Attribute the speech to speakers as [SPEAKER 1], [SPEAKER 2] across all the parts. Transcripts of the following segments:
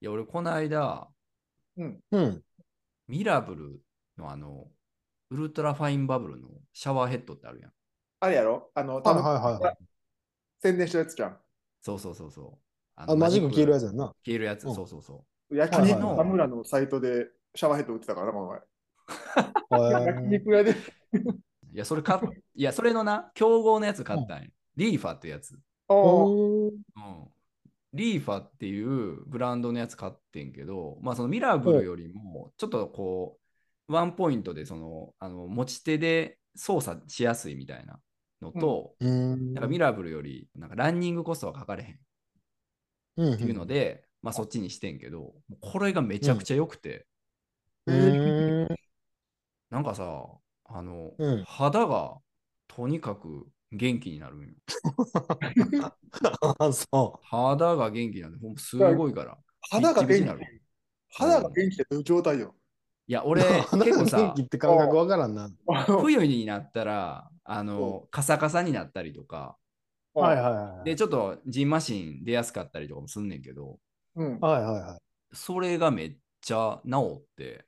[SPEAKER 1] いや、俺、この間、
[SPEAKER 2] うん。
[SPEAKER 3] うん。
[SPEAKER 1] ミラブルのあの、ウルトラファインバブルのシャワーヘッドってあるやん。
[SPEAKER 2] あれやろあの、
[SPEAKER 3] は
[SPEAKER 2] 多
[SPEAKER 3] い
[SPEAKER 2] 分
[SPEAKER 3] はいはいはい。
[SPEAKER 2] 宣伝したやつじゃん。
[SPEAKER 1] そうそうそうそう。あ
[SPEAKER 3] あ、マジック消えるや
[SPEAKER 1] つ。
[SPEAKER 3] つやんな。
[SPEAKER 1] 消えるやつ、
[SPEAKER 3] うん
[SPEAKER 1] そうそうそう。
[SPEAKER 2] 焼
[SPEAKER 3] はい
[SPEAKER 2] 肉
[SPEAKER 3] はいはい
[SPEAKER 2] 田村のサイトでシャワーヘッド売ってたからな、この
[SPEAKER 3] へ
[SPEAKER 2] 前。
[SPEAKER 3] ー
[SPEAKER 2] 焼肉屋で。
[SPEAKER 1] いや、それ買っ、いや、それのな、競合のやつ買ったんや。リーファってやつ。
[SPEAKER 2] おー
[SPEAKER 1] う
[SPEAKER 3] おー
[SPEAKER 1] ん。リーファっていうブランドのやつ買ってんけど、まあ、そのミラブルよりも、ちょっとこう、ワンポイントで、その、あの持ち手で操作しやすいみたいなのと、
[SPEAKER 3] うーん。
[SPEAKER 1] なんかミラブルより、なんかランニングコストはかかれへんっ
[SPEAKER 3] うん
[SPEAKER 1] ていうので、まあ、そっちにしてんけど、もうこれがめちゃくちゃ良くて、
[SPEAKER 3] うんうーん
[SPEAKER 1] なんかさ、あの、
[SPEAKER 3] うん
[SPEAKER 1] 肌がとにかく元気になるんよ。
[SPEAKER 3] あ、そ
[SPEAKER 1] 肌が元気になる。ほんますごいから。
[SPEAKER 2] 肌が
[SPEAKER 1] ピッチピチ
[SPEAKER 2] 元気
[SPEAKER 1] になる。
[SPEAKER 2] 肌が元気でどういう状態よ。
[SPEAKER 1] いや、
[SPEAKER 3] う。
[SPEAKER 1] 俺、結構
[SPEAKER 3] 元
[SPEAKER 1] さ
[SPEAKER 3] 気、って感覚わからんな。
[SPEAKER 1] 冬になったら、あの、カサカサになったりとか、
[SPEAKER 3] はいはいはい
[SPEAKER 1] で、。ちょっとジンマシン出やすかったりとかもすんねんけど、
[SPEAKER 2] うん。
[SPEAKER 3] はいはいは
[SPEAKER 1] それがめっちゃ治って、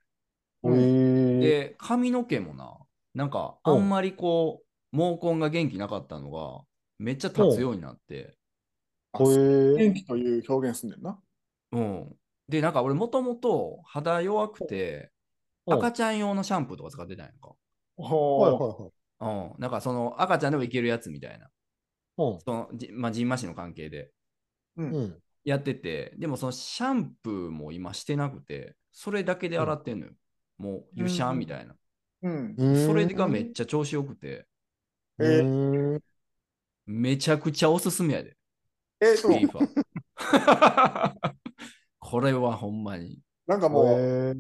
[SPEAKER 3] い。へえ。
[SPEAKER 1] で、髪の毛もな、なんか、あんまりこう、毛根が元気なかったのが、めっちゃ立つようになって、
[SPEAKER 3] へえ。
[SPEAKER 2] 元気という表現すんねんな。
[SPEAKER 1] うん。で、なんか俺、もともと肌弱くて、
[SPEAKER 3] うん
[SPEAKER 1] 赤ちゃん用のシャンプーとか使ってたんやんか。
[SPEAKER 2] お
[SPEAKER 3] はい
[SPEAKER 2] ー
[SPEAKER 3] はいはい。
[SPEAKER 1] うん。なんか、その、赤ちゃんでもいけるやつみたいな。
[SPEAKER 3] うん。
[SPEAKER 1] その、じまあ、ジンマシンの関係で。
[SPEAKER 2] うん
[SPEAKER 3] うん。
[SPEAKER 1] やってて、でもそのシャンプーも今してなくて、それだけで洗ってんのよ。もう、ゆしゃんみたいな。
[SPEAKER 2] うん。
[SPEAKER 3] うーん
[SPEAKER 1] それがめっちゃ調子よくて、
[SPEAKER 3] うーん
[SPEAKER 1] めちゃくちゃおすすめやで、
[SPEAKER 2] えー、
[SPEAKER 1] リ
[SPEAKER 2] で
[SPEAKER 1] ー
[SPEAKER 2] も、
[SPEAKER 1] ファ。 これはほんまに。
[SPEAKER 2] なんかもう、
[SPEAKER 3] へー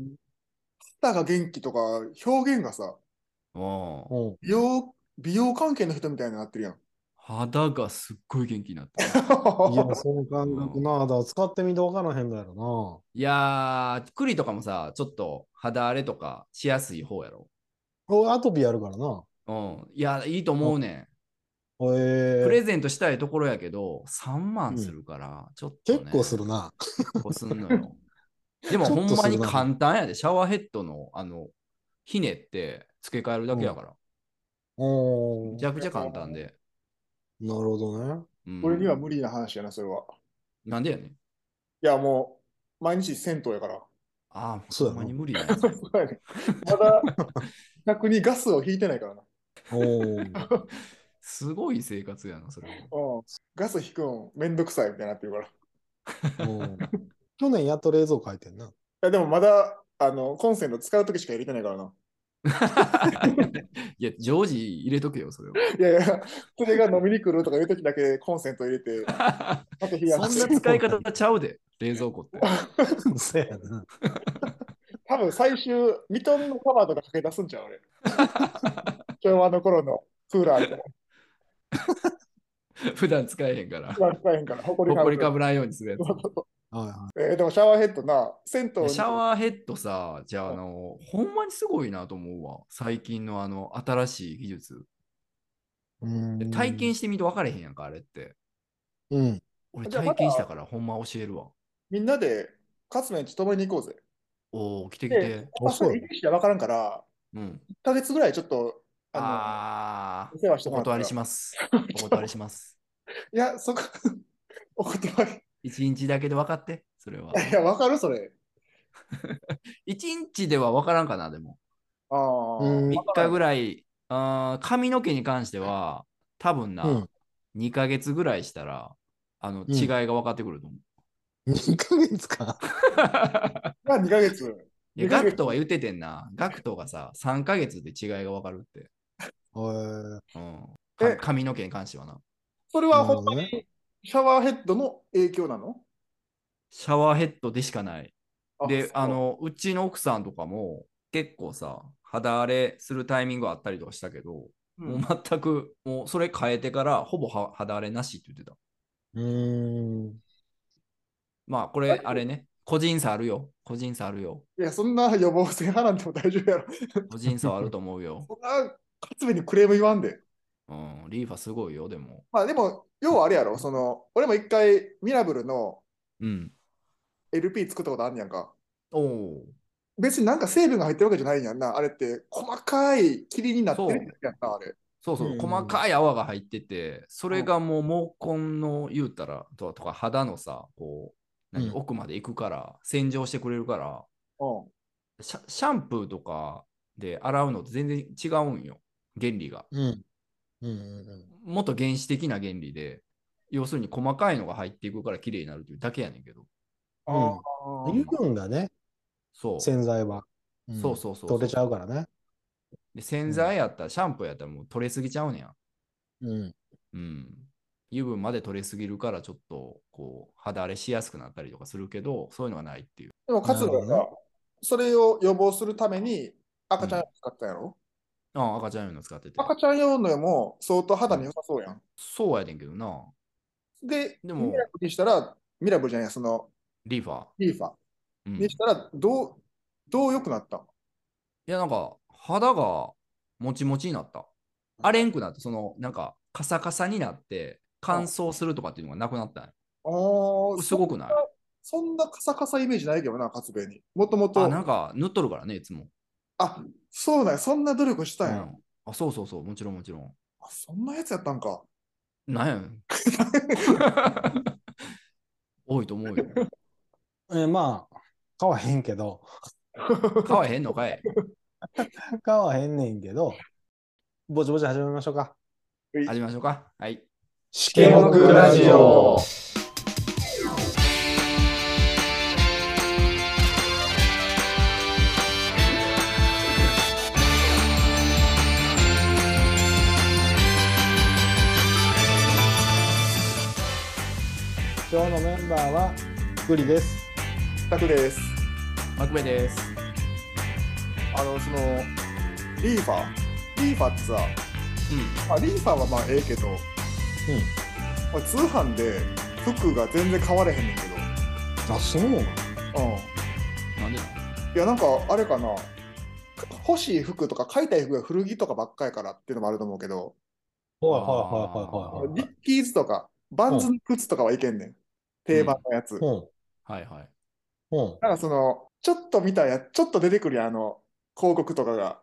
[SPEAKER 2] 肌が元気とか、表現がさ、
[SPEAKER 1] うん
[SPEAKER 3] うん
[SPEAKER 2] 美容、美容関係の人みたいになってるやん。
[SPEAKER 1] 肌がすっごい元気にな ってる。
[SPEAKER 3] い や、その感覚 な。だから使ってみてわからへんのやろ
[SPEAKER 1] いやー、栗とかもさ、ちょっと肌荒れとかしやすい方やろ。
[SPEAKER 3] な。俺、アトピーやるからな。
[SPEAKER 1] うん。いや、いいと思うねん。
[SPEAKER 3] へ
[SPEAKER 1] プレ
[SPEAKER 3] え。
[SPEAKER 1] ゼントしたいところやけど、3万するから、ちょっと、ね。
[SPEAKER 3] 結構するな。
[SPEAKER 1] こうすんのよ。でも
[SPEAKER 3] ち
[SPEAKER 1] ほ
[SPEAKER 3] ょっ
[SPEAKER 1] ん
[SPEAKER 3] と
[SPEAKER 1] ます
[SPEAKER 3] る
[SPEAKER 1] に
[SPEAKER 3] な
[SPEAKER 1] 簡単やで、シャワーヘッドのあの、ひねって付け替えるだけやから。め
[SPEAKER 3] おー
[SPEAKER 1] ちゃくちゃ簡単で。
[SPEAKER 3] なるほどね。
[SPEAKER 1] うん
[SPEAKER 2] 俺には無理な話やな、それは。
[SPEAKER 1] なんでやねん。
[SPEAKER 2] いや、もう、毎日銭湯や から。
[SPEAKER 1] ああ、
[SPEAKER 3] そう
[SPEAKER 1] ほ
[SPEAKER 3] や
[SPEAKER 1] ん
[SPEAKER 3] な
[SPEAKER 1] まに無理だよ。
[SPEAKER 2] そうやねまだ、逆にガスを引いてないからな。
[SPEAKER 3] おー
[SPEAKER 1] すごい生活やな、それは。
[SPEAKER 2] うん、ガス引くんめんどくさいみたいになってるから。い
[SPEAKER 3] うん去年やっと冷蔵庫入ってんな。
[SPEAKER 2] やでもまだあのコンセント使うときしか入れてないからな。
[SPEAKER 1] いや、常時入れとけよ、それ
[SPEAKER 2] いやいや、それが飲みに来るとかいうときだけコンセント入れて、
[SPEAKER 1] は。
[SPEAKER 2] あと冷
[SPEAKER 1] そん
[SPEAKER 2] や
[SPEAKER 1] な
[SPEAKER 2] す。
[SPEAKER 1] 使い方ちゃう で、冷蔵庫って。
[SPEAKER 3] そやな。
[SPEAKER 2] 多分最終、ミトンのカバーとかかけ出すんちゃう俺。昭和の頃のクーラーみたいな。
[SPEAKER 1] 普段使えへんから。
[SPEAKER 2] クーラー使えへんから、
[SPEAKER 1] ほ
[SPEAKER 2] 埃か
[SPEAKER 1] こ
[SPEAKER 2] ぶ
[SPEAKER 1] り
[SPEAKER 2] る
[SPEAKER 1] かぶらんようにするやつ。
[SPEAKER 3] はいは
[SPEAKER 2] えーでもシャワーヘッドな、銭湯
[SPEAKER 1] いや
[SPEAKER 2] に
[SPEAKER 1] シャワーヘッドさ、じゃあ、あの、ほんまにすごいなと思うわ。最近のあの、新しい技術。
[SPEAKER 3] い。うん
[SPEAKER 1] 体験してみて分かれへんやんか、あれって。
[SPEAKER 3] うん。
[SPEAKER 1] 俺
[SPEAKER 2] じゃあ
[SPEAKER 1] 体験したからほんま教えるわ。
[SPEAKER 2] みんなでカツメンち泊まりに行こうぜ。
[SPEAKER 1] おお、来て来
[SPEAKER 2] で
[SPEAKER 1] て。、
[SPEAKER 2] 場所行くしか分からんから、
[SPEAKER 1] うん。
[SPEAKER 2] 1ヶ月ぐらいちょっと、
[SPEAKER 1] あ
[SPEAKER 2] あの、お世話し
[SPEAKER 1] あ、
[SPEAKER 2] て
[SPEAKER 1] お
[SPEAKER 2] もらった
[SPEAKER 1] 断り
[SPEAKER 2] ら
[SPEAKER 1] します。お断りし ます。
[SPEAKER 2] いや、そこ、 お断り。
[SPEAKER 1] 一日だけで分かって、それは。
[SPEAKER 2] いや、わかるそれ。
[SPEAKER 1] 一日では分からんかな、でも。
[SPEAKER 2] ああ。
[SPEAKER 3] うん
[SPEAKER 1] 3日ぐらい、あー髪の毛に関しては、多分
[SPEAKER 3] う、
[SPEAKER 1] なん2ヶ月ぐらいしたら、あの、
[SPEAKER 3] ん
[SPEAKER 1] 違いが分かってくると思う。
[SPEAKER 3] 2ヶ月か。
[SPEAKER 2] まあ、2ヶ月。
[SPEAKER 1] いや
[SPEAKER 2] 二ヶ
[SPEAKER 1] ガ
[SPEAKER 2] 月
[SPEAKER 1] クトが言っててんな。ガクトがさ、3ヶ月で違いが分かるって。
[SPEAKER 3] おー
[SPEAKER 1] うん
[SPEAKER 2] え。
[SPEAKER 1] 髪の毛に関してはな。
[SPEAKER 2] それ
[SPEAKER 3] な
[SPEAKER 2] は
[SPEAKER 3] るほ
[SPEAKER 2] 本当
[SPEAKER 3] ど
[SPEAKER 2] に
[SPEAKER 3] ね。
[SPEAKER 2] シャワーヘッドの影響なの
[SPEAKER 1] シャワーヘッドでしかない。で
[SPEAKER 2] そう、
[SPEAKER 1] あの、うちの奥さんとかも結構さ、肌荒れするタイミングあったりとかしたけど、
[SPEAKER 2] う
[SPEAKER 1] も
[SPEAKER 2] ん
[SPEAKER 1] う全く、もうそれ変えてから、ほぼは肌荒れなしって言ってた。
[SPEAKER 3] うーん。
[SPEAKER 1] まあ、これ、あれね、個人差あるよ。個人差あるよ。
[SPEAKER 2] いや、そんな予防性派なんても大丈夫やろ。
[SPEAKER 1] 個人差はあると思うよ。
[SPEAKER 2] そんな、カツメにクレーム言わんで。
[SPEAKER 1] うん、リーファすごいよ、でも。
[SPEAKER 2] まあ、でも、要はあれやろ、その、俺も一回、ミラブルの
[SPEAKER 1] うん。
[SPEAKER 2] LP 作ったことあんねやんか。
[SPEAKER 1] おお
[SPEAKER 2] 別になんか成分が入ってるわけじゃないんやんな。あれって細かい霧になってるやつやんな、あれ。
[SPEAKER 1] そうそう、
[SPEAKER 3] うん
[SPEAKER 1] 細かい泡が入ってて、それがもう毛根の言うたらととか肌のさ、こう、何
[SPEAKER 3] うん
[SPEAKER 1] 奥まで行くから、洗浄してくれるから
[SPEAKER 2] うん。
[SPEAKER 1] シャ、シャンプーとかで洗うのと全然違うんよ、原理が。
[SPEAKER 3] うん。うんうん
[SPEAKER 1] もっと原始的な原理で、要するに細かいのが入っていくから綺麗になるっていうだけやねんけど。
[SPEAKER 2] あ
[SPEAKER 3] う
[SPEAKER 2] あ
[SPEAKER 3] ん。油分がね、
[SPEAKER 1] そう。
[SPEAKER 3] 洗剤は。ん
[SPEAKER 1] そうそうそうそう
[SPEAKER 3] 取れちゃうからね。
[SPEAKER 1] で洗剤やったら、シャンプーやったらもう取れすぎちゃうねや。
[SPEAKER 3] うん。
[SPEAKER 1] うん。油分まで取れすぎるから、ちょっとこう肌荒れしやすくなったりとかするけど、そういうのがないっていう。
[SPEAKER 2] でも勝
[SPEAKER 3] なる
[SPEAKER 2] が
[SPEAKER 3] ほどね
[SPEAKER 2] さ、それを予防するために赤ちゃん用使ったやろ、
[SPEAKER 1] ああ赤ちゃん用の使ってて。
[SPEAKER 2] 赤ちゃん用のも相当肌に良さそうやん。
[SPEAKER 1] そうやねんけどな。
[SPEAKER 2] で、
[SPEAKER 1] でも
[SPEAKER 2] ミラブにしたら、ミラブルじゃない、その
[SPEAKER 1] リーファー。
[SPEAKER 2] リーファ
[SPEAKER 1] うん
[SPEAKER 2] に
[SPEAKER 1] い
[SPEAKER 2] したら、どう、どう良くなったん
[SPEAKER 1] や、なんか肌がもちもちになった。荒れんくなって、そのなんかカサカサになって乾燥するとかっていうのがなくなったんよ
[SPEAKER 2] ああ、
[SPEAKER 1] すごくない
[SPEAKER 2] そんなカサカサイメージないけどな、勝部に。もともと
[SPEAKER 1] あ、、なんか塗っとるからね、いつも。
[SPEAKER 2] あ、そうなんや、そんな努力し
[SPEAKER 1] う
[SPEAKER 2] たんや。
[SPEAKER 1] ん、あそうそうそう、もちろんもちろん。
[SPEAKER 2] あそんなやつやったんか。
[SPEAKER 1] なんやねん。多いと思うよ。
[SPEAKER 3] えーまあ、買わへんけど、
[SPEAKER 1] 買わへんのかい
[SPEAKER 3] 買わへんねんけど、ぼちぼち始めましょうか。
[SPEAKER 1] 始めましょうか。はい。
[SPEAKER 3] 試
[SPEAKER 2] ケモクラジオ。
[SPEAKER 3] 今日のメンバーは、グリです。
[SPEAKER 2] タクです。
[SPEAKER 1] マクベです。
[SPEAKER 2] あの、その、リーファリーファってさ、
[SPEAKER 1] う
[SPEAKER 2] まあ、リーファはまあええけど、俺通販で服が全然買われへんねんけ
[SPEAKER 3] あ、そうなの
[SPEAKER 2] ど。うん。
[SPEAKER 1] ん。なんで
[SPEAKER 2] いや、なんかあれかな。欲しい服とか買いたい服が古着とかばっかやからっていうのもあると思うけど、
[SPEAKER 3] はいはいはいはいはい
[SPEAKER 2] リッキーズとか、バンズの靴とかはいけんねん。定番のやつ。
[SPEAKER 3] はい。
[SPEAKER 1] はいはい。
[SPEAKER 3] うん。うん。
[SPEAKER 2] なんかその、ちょっと見たやちょっと出てくるやんあの、広告とかが、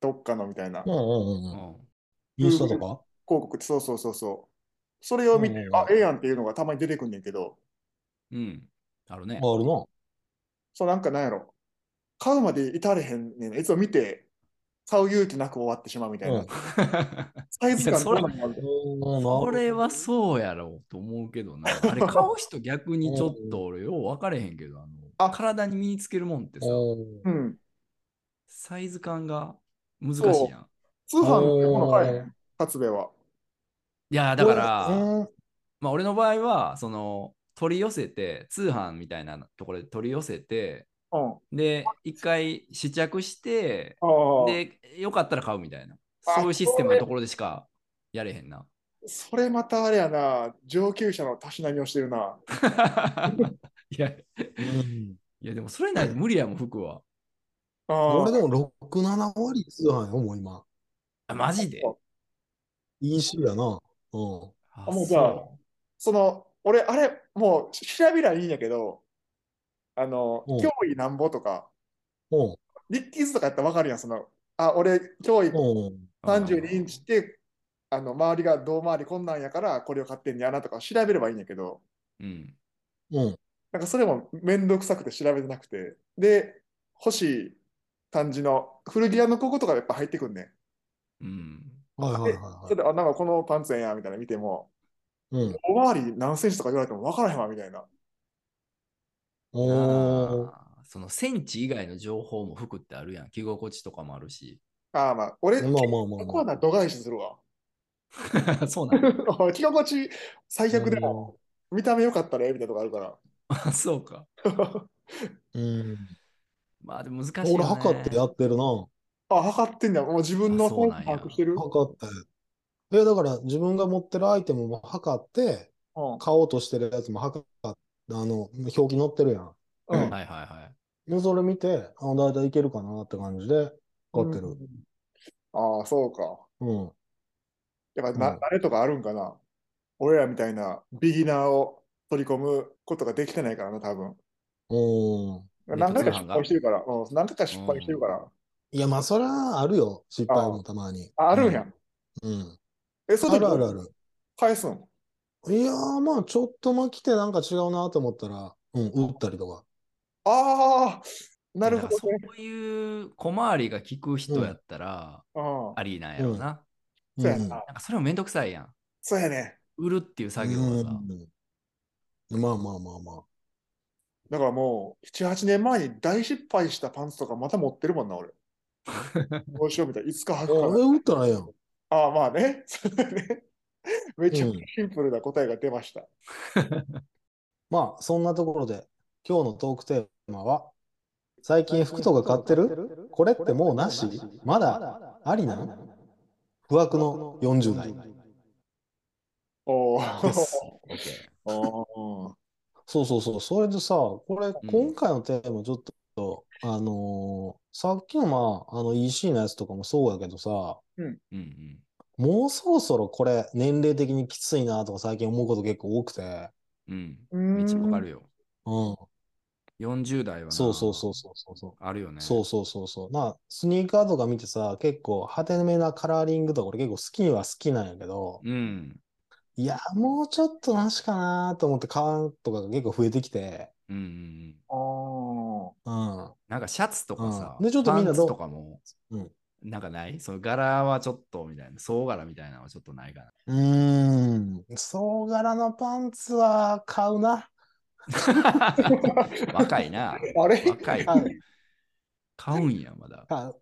[SPEAKER 2] どっかのみたいな。
[SPEAKER 3] う
[SPEAKER 2] 広
[SPEAKER 3] んうん
[SPEAKER 1] う
[SPEAKER 3] うん。
[SPEAKER 1] ん。
[SPEAKER 3] インスタとか
[SPEAKER 2] 告って、そうそうそうそう。それを見て
[SPEAKER 3] う、ん
[SPEAKER 2] あ、ええやんっていうのがたまに出てくんねんけど、
[SPEAKER 1] うん。あるね。
[SPEAKER 3] あるな。
[SPEAKER 2] そうなんかなんやろ。買うまで至れへんねん。いつも見て、買う勇気なく終わってしまうみたいな。
[SPEAKER 3] うん
[SPEAKER 2] サイズ
[SPEAKER 1] い
[SPEAKER 2] 感
[SPEAKER 1] やそれ
[SPEAKER 2] どうなんやろ みたいな
[SPEAKER 1] それはそうやろうと思うけどな。 あれ、買う人逆にちょっと俺、よう分かれへんけど、あの
[SPEAKER 2] あ
[SPEAKER 1] 体に身につけるもんってさ、
[SPEAKER 3] うん
[SPEAKER 2] うん。
[SPEAKER 1] サイズ感が難しいやん。
[SPEAKER 2] 通販でもの買えへん、勝部は。
[SPEAKER 1] いや、だから、
[SPEAKER 3] うん
[SPEAKER 1] まあ、俺の場合は、その、取り寄せて、通販みたいなところで取り寄せて、
[SPEAKER 2] うん。
[SPEAKER 1] で、一回試着して、
[SPEAKER 2] ああ。
[SPEAKER 1] で、よかったら買うみたいな。
[SPEAKER 2] あ
[SPEAKER 1] そういうシステムのところでしかやれへんな。
[SPEAKER 2] それまたあれやな、上級者のたしなみをしてるな。
[SPEAKER 1] いや、い
[SPEAKER 3] うん
[SPEAKER 1] やでもそれないと無理やもん、服は。
[SPEAKER 2] あ
[SPEAKER 3] 俺
[SPEAKER 2] あ。
[SPEAKER 3] でも6、7割通販よ、もう今。
[SPEAKER 1] あ、マジで
[SPEAKER 2] そ
[SPEAKER 3] いい週やな。うん。
[SPEAKER 1] あ
[SPEAKER 2] もうじゃあ
[SPEAKER 1] そ
[SPEAKER 2] その、俺、あれ、もう調べりゃいいんやけど、あの、
[SPEAKER 3] うん
[SPEAKER 2] 脅威なんぼとか、
[SPEAKER 3] うん。
[SPEAKER 2] リッキーズとかやったらわかるやん、その、あ、俺、脅威
[SPEAKER 3] うん。
[SPEAKER 1] う
[SPEAKER 2] 32インチって、あの、周りがどう回りこんなんやから、これを買ってんやなとか調べればいいんやけど、
[SPEAKER 1] うん。
[SPEAKER 3] うん。
[SPEAKER 2] なんかそれもめんどくさくて調べてなくて、で、欲しい感じの古着屋のこことかやっぱ入ってくんねん。
[SPEAKER 1] うん。
[SPEAKER 3] はいはいは
[SPEAKER 2] そ
[SPEAKER 3] い
[SPEAKER 2] れ
[SPEAKER 3] はい。
[SPEAKER 2] で、あ、なんかこのパンツええや、みたいな見ても、
[SPEAKER 3] うん。
[SPEAKER 2] おまわり何センチとか言われても分からへんわ、みたいな。
[SPEAKER 3] おー。
[SPEAKER 1] あーそのセンチ以外の情報も服ってあるやん。着心地とかもあるし。
[SPEAKER 2] ああ、まあ、俺、
[SPEAKER 3] まあ
[SPEAKER 2] こ
[SPEAKER 3] まあまあ
[SPEAKER 2] こは
[SPEAKER 3] ま
[SPEAKER 2] な、度外視するわ。
[SPEAKER 1] そうなの
[SPEAKER 2] 着心地最
[SPEAKER 3] あ。
[SPEAKER 2] 悪でも、見た目良かったらええみたいなとこあるから。
[SPEAKER 1] あ そうか。
[SPEAKER 3] うん。
[SPEAKER 1] まあでも難しいよ、ね。
[SPEAKER 3] 俺、測ってやってるな。
[SPEAKER 2] あ、測ってんだ。もう自分の
[SPEAKER 1] あそう
[SPEAKER 2] 本
[SPEAKER 1] なんや
[SPEAKER 2] 把握してる。うん。
[SPEAKER 3] 測って。え、だから自分が持ってるアイテムも測って、買おうとしてるやつも測って、あの、表記載ってるやん。
[SPEAKER 2] うん
[SPEAKER 1] はいはいはい。
[SPEAKER 3] で、それ見て、あ、だいたいいけるかなって感じで、買ってる。
[SPEAKER 2] ああ、そうか。
[SPEAKER 3] うん。
[SPEAKER 2] やっぱな、
[SPEAKER 3] うん
[SPEAKER 2] 慣れとかあるんかな。俺らみたいなビギナーを取り込むことができてないからな、多分。
[SPEAKER 3] うん。
[SPEAKER 2] 何回
[SPEAKER 1] ネ
[SPEAKER 2] か
[SPEAKER 1] ット通販
[SPEAKER 2] 失
[SPEAKER 1] が
[SPEAKER 2] 敗してるから、うん、何回か失敗してるから。
[SPEAKER 3] いや、まあ、そりゃあるよ。失敗もたまに。
[SPEAKER 2] ああるんやん。
[SPEAKER 3] うん。
[SPEAKER 2] え、そ
[SPEAKER 3] あ
[SPEAKER 2] れで
[SPEAKER 3] るあるある。
[SPEAKER 2] 返すん
[SPEAKER 3] いやー、まあ、ちょっとま来てなんか違うなと思ったら、うん、打ったりとか。
[SPEAKER 2] ああ、なるほど
[SPEAKER 1] だから
[SPEAKER 2] ね。
[SPEAKER 1] そういう小回りが利く人やったら、
[SPEAKER 2] うん。
[SPEAKER 1] ありなんやろな。
[SPEAKER 2] そうや
[SPEAKER 3] うん
[SPEAKER 2] な。
[SPEAKER 1] なんかそれもめんどくさいやん。
[SPEAKER 2] そうやね。
[SPEAKER 1] 売るっていう作業はさ。
[SPEAKER 3] うんまあまあまあまあ。
[SPEAKER 2] だからもう、7、8年前に大失敗したパンツとかまた持ってるもん な、俺。どうしようみたいな。いつか履く
[SPEAKER 3] 俺
[SPEAKER 2] から。
[SPEAKER 3] 打ったらええやん。
[SPEAKER 2] ああ、まあね。それね めちゃく
[SPEAKER 3] うん
[SPEAKER 2] ちゃシンプルな答えが出ました。
[SPEAKER 3] まあ、そんなところで、今日のトークテーマは、最近服とか買ってるこれってもうなしまだありなん不惑の40代。
[SPEAKER 2] おお。
[SPEAKER 3] です
[SPEAKER 1] オッケ
[SPEAKER 2] おー
[SPEAKER 3] そうそうそう。それでさ、これ、
[SPEAKER 1] ん
[SPEAKER 3] 今回のテーマちょっと、あのーさっきのまあ、あの EC のやつとかもそうやけどさ、
[SPEAKER 1] ー。うん
[SPEAKER 3] もうそろそろこれ、年齢的にきついなとか最近思うこと結構多くて、
[SPEAKER 1] うん。
[SPEAKER 2] う
[SPEAKER 1] うん。
[SPEAKER 2] ー
[SPEAKER 1] めっちゃわか
[SPEAKER 2] ん
[SPEAKER 1] るよ。
[SPEAKER 3] うん。
[SPEAKER 1] 40代はな
[SPEAKER 3] そうそうそうそうそうそう。
[SPEAKER 1] あるよね。
[SPEAKER 3] そうそうそうそう。まあ、スニーカーとか見てさ、結構派手めなカラーリングとか俺結構好きには好きなんやけど、
[SPEAKER 1] うん。
[SPEAKER 3] いや、もうちょっとなしかなと思って買うとかが結構増えてきて、
[SPEAKER 1] うんうんうん。
[SPEAKER 2] あー
[SPEAKER 3] うん。
[SPEAKER 1] なんかシャツとかさ、
[SPEAKER 3] うんでちょっとみんな
[SPEAKER 1] パンツ
[SPEAKER 3] どう
[SPEAKER 1] とかも、
[SPEAKER 3] うん
[SPEAKER 1] なんかないその柄はちょっとみたいな、総柄みたいなのはちょっとないか な。
[SPEAKER 3] うーん。総柄のパンツは買うな。
[SPEAKER 1] 若いな。
[SPEAKER 2] あれ
[SPEAKER 1] 若い。
[SPEAKER 3] はい
[SPEAKER 1] 買うんや、まだ。
[SPEAKER 3] 買う、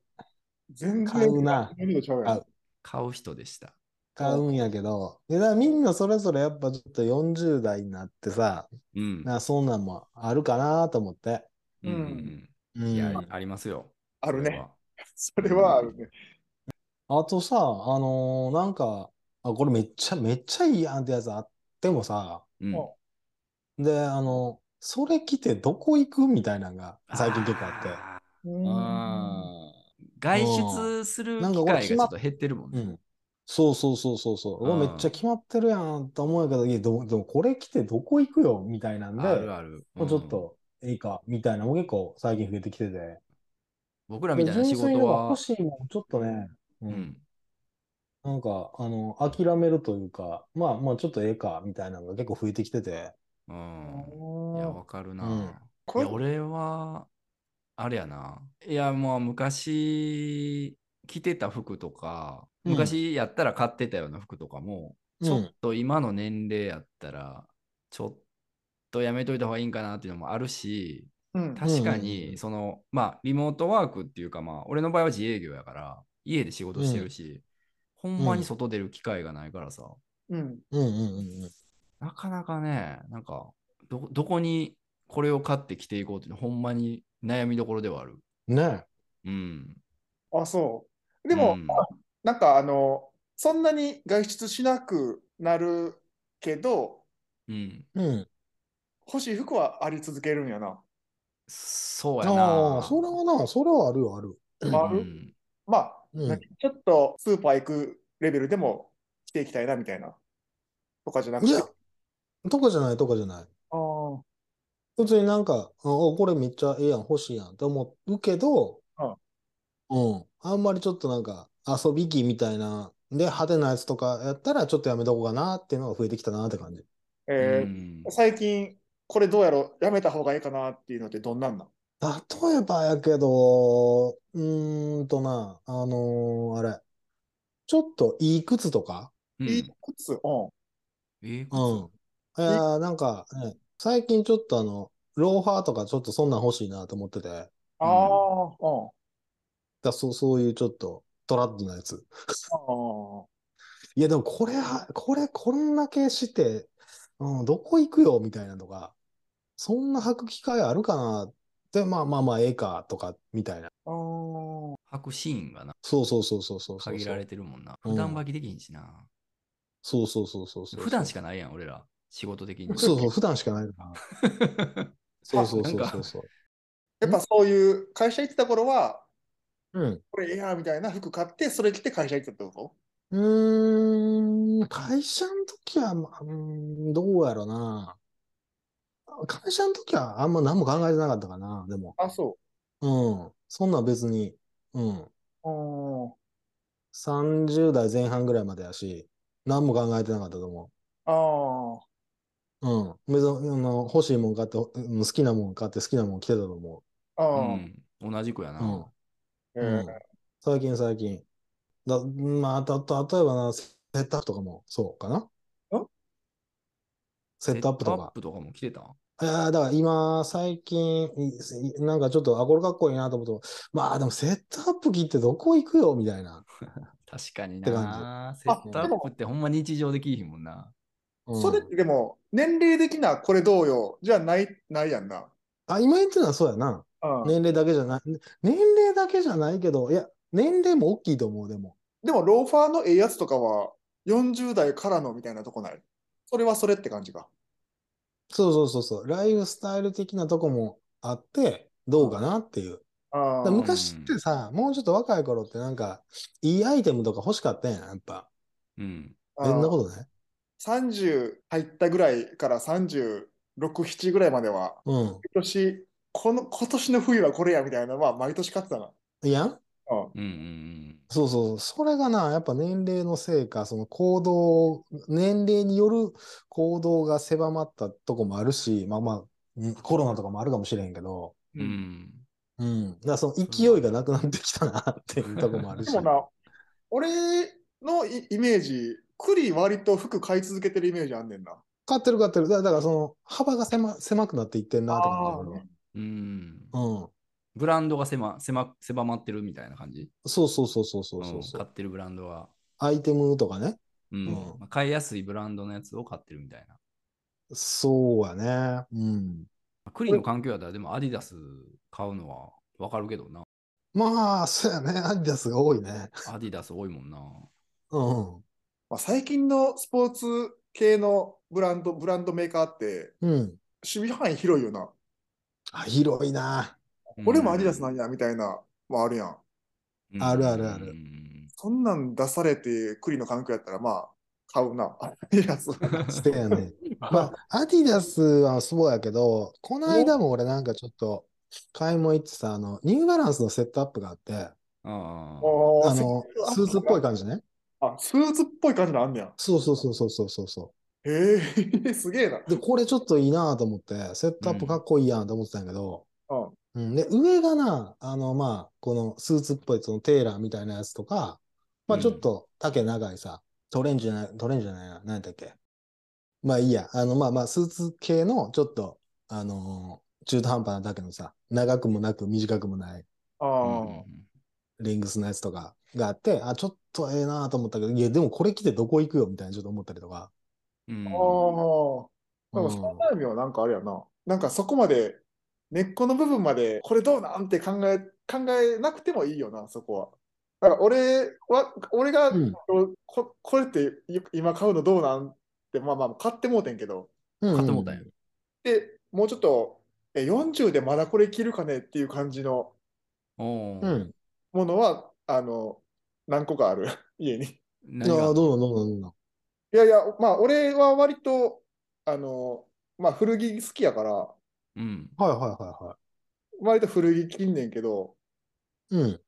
[SPEAKER 2] 全然
[SPEAKER 3] 買うな。
[SPEAKER 2] 何とちゃうやん
[SPEAKER 3] 買う
[SPEAKER 1] 買う人でした。
[SPEAKER 3] 買うんやけど、でだからみんなそれぞれやっぱちょっと40代になってさ、
[SPEAKER 1] うん。
[SPEAKER 3] なそんなんもあるかなと思って。
[SPEAKER 1] うんうん
[SPEAKER 3] う。
[SPEAKER 1] うんんいや、ありますよ。
[SPEAKER 2] ある
[SPEAKER 1] それ
[SPEAKER 2] ね。
[SPEAKER 1] は。
[SPEAKER 2] それはあるね。
[SPEAKER 3] あとさ、あのーなんか、あ、これめっちゃ、めっちゃいいやんってやつあってもさ、
[SPEAKER 1] うん。
[SPEAKER 3] で、あの、それ着てどこ行くみたいなのが最近結構あって。
[SPEAKER 1] あー。外出する機会がちょっと減ってるもん
[SPEAKER 3] う
[SPEAKER 1] ね。
[SPEAKER 3] ん。そうそうそうそうそう。うわ
[SPEAKER 1] うん
[SPEAKER 3] めっちゃ決まってるやんと思うけど、いや、どでもこれ着てどこ行くよみたいなんで、
[SPEAKER 1] あるある。
[SPEAKER 3] もうちょっといいかみたいなのも結構最近増えてきてて。
[SPEAKER 1] うん。僕らみたいな
[SPEAKER 3] で
[SPEAKER 1] 仕
[SPEAKER 3] 純粋に
[SPEAKER 1] 事
[SPEAKER 3] なんか
[SPEAKER 1] は
[SPEAKER 3] 欲、しいもんちょっとね、う、
[SPEAKER 1] うんん。
[SPEAKER 3] なんか、あの、諦めるというか、まあまあちょっとええかみたいなのが結構増えてきてて。
[SPEAKER 1] うん。いや、わかるな。
[SPEAKER 3] うん
[SPEAKER 1] い
[SPEAKER 2] これ
[SPEAKER 1] や、俺は、あれやな。いや、もう昔、着てた服とか、
[SPEAKER 3] うん
[SPEAKER 1] 昔やったら買ってたような服とかも、
[SPEAKER 3] うん
[SPEAKER 1] ちょっと今の年齢やったら、ちょっとやめといた方がいいんかなっていうのもあるし、
[SPEAKER 2] うん
[SPEAKER 1] 確か
[SPEAKER 3] うんうんう
[SPEAKER 1] に、
[SPEAKER 3] ん
[SPEAKER 1] その、まあ、リモートワークっていうか、まあ、俺の場合は自営業やから、家で仕事してるし、ほんまに外出る機会がないからさ、
[SPEAKER 2] うん。
[SPEAKER 3] うんうんうんうん。
[SPEAKER 1] なかなかね、なんか、ど、どこにこれを買って着ていこうっていうの、ほんまに悩みどころではある。
[SPEAKER 3] ね
[SPEAKER 1] うん。
[SPEAKER 2] あ、そう。でも、
[SPEAKER 1] うん
[SPEAKER 2] まあなんかあの、そんなに外出しなくなるけど、
[SPEAKER 1] うん。
[SPEAKER 3] え。うん。
[SPEAKER 2] 欲しい服はあり続けるんやな。
[SPEAKER 1] そうや
[SPEAKER 3] あ
[SPEAKER 1] な。
[SPEAKER 3] あ、それはな、それはあるよ、ある。
[SPEAKER 2] あ
[SPEAKER 1] う
[SPEAKER 2] る
[SPEAKER 1] ん
[SPEAKER 2] まあ、
[SPEAKER 3] うん
[SPEAKER 2] なんかちょっとスーパー行くレベルでも着ていきたいなみたいな。とかじゃなく
[SPEAKER 3] い
[SPEAKER 2] て。
[SPEAKER 3] や、とかじゃない、とかじゃない。
[SPEAKER 2] あー
[SPEAKER 3] 普通になんか、あこれめっちゃええやん、欲しいやんって思うけど、うん。あんまりちょっとなんか、遊び気みたいな、で、派手なやつとかやったら、ちょっとやめとこうかなっていうのが増えてきたなって感じ。
[SPEAKER 2] えー
[SPEAKER 1] うん
[SPEAKER 2] 最近、これどうやろうやめた方がいいかなっていうのってどんなんなん
[SPEAKER 3] 例えばやけど、うーんとな、あのーあれ、ちょっといい靴とか、
[SPEAKER 1] うん
[SPEAKER 2] いい靴。うん。
[SPEAKER 1] え
[SPEAKER 3] う
[SPEAKER 1] ー
[SPEAKER 3] ん。いやーなんか、ね、最近ちょっとあの、ローファーとかちょっとそんなん欲しいなと思ってて、
[SPEAKER 2] ああ、うん。
[SPEAKER 3] だそう、そういうちょっとトラッドなやつ。
[SPEAKER 2] あー
[SPEAKER 3] いや、でもこれは、これ、こんだけして、うん、どこ行くよみたいなのが、そんな履く機会あるかなって、まあまあまあ、ええかとか、みたいな。
[SPEAKER 2] あー。
[SPEAKER 1] 履くシーンがな、
[SPEAKER 3] そうそうそうそうそうそう。
[SPEAKER 1] 限られてるもんな。
[SPEAKER 3] うん
[SPEAKER 1] 普段履きできひんしな。
[SPEAKER 3] そうそうそうそうそう。
[SPEAKER 1] 普段しかないやん、俺ら。仕事的に。
[SPEAKER 3] そうそう、普段しかない から。そうそうそうそうそう。
[SPEAKER 2] やっぱそういう会社行ってた頃は、
[SPEAKER 3] うん。
[SPEAKER 2] これええやんみたいな服買って、それ着て会社行ってたってこ
[SPEAKER 3] うーん、会社の時は、まあうーん、どうやろな。会社の時はあんま何も考えてなかったかな、でも。
[SPEAKER 2] あ、そ
[SPEAKER 3] うん。そんなん別に、うん。
[SPEAKER 2] う。うん。
[SPEAKER 3] 30代前半ぐらいまでやし、何も考えてなかったと思う。
[SPEAKER 2] ああ。
[SPEAKER 3] うん。別に、あの、欲しいもん買って、うん好きなもん買って好きなもん着てたと思
[SPEAKER 2] あ
[SPEAKER 1] う
[SPEAKER 2] あ。
[SPEAKER 1] ん、同じくやな。
[SPEAKER 3] う。うん。
[SPEAKER 2] え
[SPEAKER 3] うん
[SPEAKER 2] ー
[SPEAKER 3] 最近最近。だ、まあ、た、例えばな、セットアップとかも、そうかな。
[SPEAKER 2] ん
[SPEAKER 3] セットアップと
[SPEAKER 1] セッ
[SPEAKER 3] か
[SPEAKER 1] アッ。プとかも来てた
[SPEAKER 3] いやーだから今、最近、いなんかちょっと、あ、これかっこいいなと思って、まあでもセットアップ着ってどこ行くよみたいな。
[SPEAKER 1] 確かに
[SPEAKER 3] って
[SPEAKER 1] な。セットアップってほんま日常できひんもんな。
[SPEAKER 3] うん
[SPEAKER 2] それってでも、年齢的なこれどうよじゃない、ないやんな。
[SPEAKER 3] あ、今言ってるのはそうやな。
[SPEAKER 2] うん
[SPEAKER 3] 年齢だけじゃない。年齢だけじゃないけど、いや、年齢も大きいと思う、でも。
[SPEAKER 2] でも、ローファーのええやつとかは、40代からのみたいなとこない。それはそれって感じか。
[SPEAKER 3] そうそうそうそう。ライフスタイル的なとこもあって、どうかなっていう。
[SPEAKER 2] あ
[SPEAKER 3] だから
[SPEAKER 2] ー
[SPEAKER 3] 昔ってさ、もうちょっと若い頃ってなんか、いいアイテムとか欲しかったんやん、やっぱ。
[SPEAKER 1] うん。
[SPEAKER 2] あー
[SPEAKER 3] 変なことね。
[SPEAKER 2] 30入ったぐらいから36、7ぐらいまでは、
[SPEAKER 3] う
[SPEAKER 2] 毎年、この、今年の冬はこれやみたいなのは、毎年買ってたな。
[SPEAKER 3] ん。いやん
[SPEAKER 2] うん
[SPEAKER 1] うんうんうん。
[SPEAKER 3] そうそう。それがな、やっぱ年齢のせいか、その行動、年齢による行動が狭まったとこもあるし、まあまあうん、コロナとかもあるかもしれへんけど、
[SPEAKER 1] う。ん。
[SPEAKER 3] うん。だからその勢いがなくなってきたなっていうとこもある
[SPEAKER 2] で
[SPEAKER 3] し。
[SPEAKER 2] もな、俺のイイメージ、クリ割と服買い続けてるイメージあんねんな。
[SPEAKER 3] 買ってる買ってる。だだからその幅が狭、狭くなっていってんなって感
[SPEAKER 2] あー
[SPEAKER 3] じ俺は
[SPEAKER 1] うん。
[SPEAKER 3] うん。
[SPEAKER 1] ブランドが狭狭狭まってるみたいな感じ
[SPEAKER 3] そうそうそうそうそうそう
[SPEAKER 1] うん買ってるブランドが。
[SPEAKER 3] アイテムとかね。
[SPEAKER 1] うん
[SPEAKER 3] うん
[SPEAKER 1] まあ買いやすいブランドのやつを買ってるみたいな。
[SPEAKER 3] そうやね。うん。
[SPEAKER 1] クリの環境やったら、でもアディダス買うのはわかるけどな。
[SPEAKER 3] まあ、そうやね。アディダスが多いね。
[SPEAKER 1] アディダス多いもんな。
[SPEAKER 3] うん。
[SPEAKER 2] まあ、最近のスポーツ系のブランド、ブランドメーカーって、
[SPEAKER 3] うん。
[SPEAKER 2] 守備範囲広いよな。
[SPEAKER 3] あ、広いな。
[SPEAKER 2] 俺もアディダスなんんや、みたいな、まああるやん。
[SPEAKER 1] うん
[SPEAKER 3] あるあるある
[SPEAKER 1] うん
[SPEAKER 2] そんなん出されて、クリの環境やったら、まあ、買うな。アディ ダス。
[SPEAKER 3] して やね。まあ、アディダスはそうやけど、この間も俺なんかちょっと買い物行ってさ、あの、ニューバランスのセットアップがあって、
[SPEAKER 1] ああ。
[SPEAKER 2] おー
[SPEAKER 3] あの、スーツっぽい感じね。
[SPEAKER 2] あ、スーツっぽい感じのあんねや。
[SPEAKER 3] そうそうそうそうそうそうそ
[SPEAKER 2] へえ、 すげえな。
[SPEAKER 3] う。で、これちょっといいなと思って、セットアップかっこいいやんと思ってたんやけど、
[SPEAKER 2] うん。
[SPEAKER 3] うん、で、上がな、あの、まあ、このスーツっぽい、そのテーラーみたいなやつとか、まあ、
[SPEAKER 1] うん
[SPEAKER 3] ちょっと丈長いさ、トレンジじゃない、トレンジじゃないな、何だっけ。まあいいや、あの、まあまあ、スーツ系の、ちょっと、あのー中途半端な丈のさ、長くもなく短くもない
[SPEAKER 2] あ
[SPEAKER 1] うん
[SPEAKER 2] ー
[SPEAKER 3] レングスのやつとかがあって、あ、ちょっとええなと思ったけど、いや、でもこれ着てどこ行くよみたいなちょっと思ったりとか。
[SPEAKER 1] うん
[SPEAKER 2] あー。なんか、その
[SPEAKER 3] う
[SPEAKER 2] 悩
[SPEAKER 3] ん
[SPEAKER 2] みはなんかあれやな。なんかそこまで、根っこの部分まで、これどうなんって考え、考えなくてもいいよな、そこは。だから俺は、俺が、
[SPEAKER 3] うん
[SPEAKER 2] ここれって今買うのどうなんって、まあまあ、買ってもうてんけど。
[SPEAKER 3] うん、
[SPEAKER 1] 買ってもうたんや。
[SPEAKER 2] で、もうちょっと、え、40でまだこれ着るかねっていう感じの
[SPEAKER 1] お
[SPEAKER 3] う
[SPEAKER 1] ー
[SPEAKER 3] ん。
[SPEAKER 2] ものは、あの、何個かある、 家に。
[SPEAKER 3] あ
[SPEAKER 1] 何が
[SPEAKER 3] どうぞどうぞどうぞ。
[SPEAKER 2] いやいや、まあ、俺は割と、あの、まあ、古着好きやから、
[SPEAKER 1] うん。
[SPEAKER 3] はいはいはいは
[SPEAKER 2] 割と古着着んねんけど、
[SPEAKER 3] い。うん。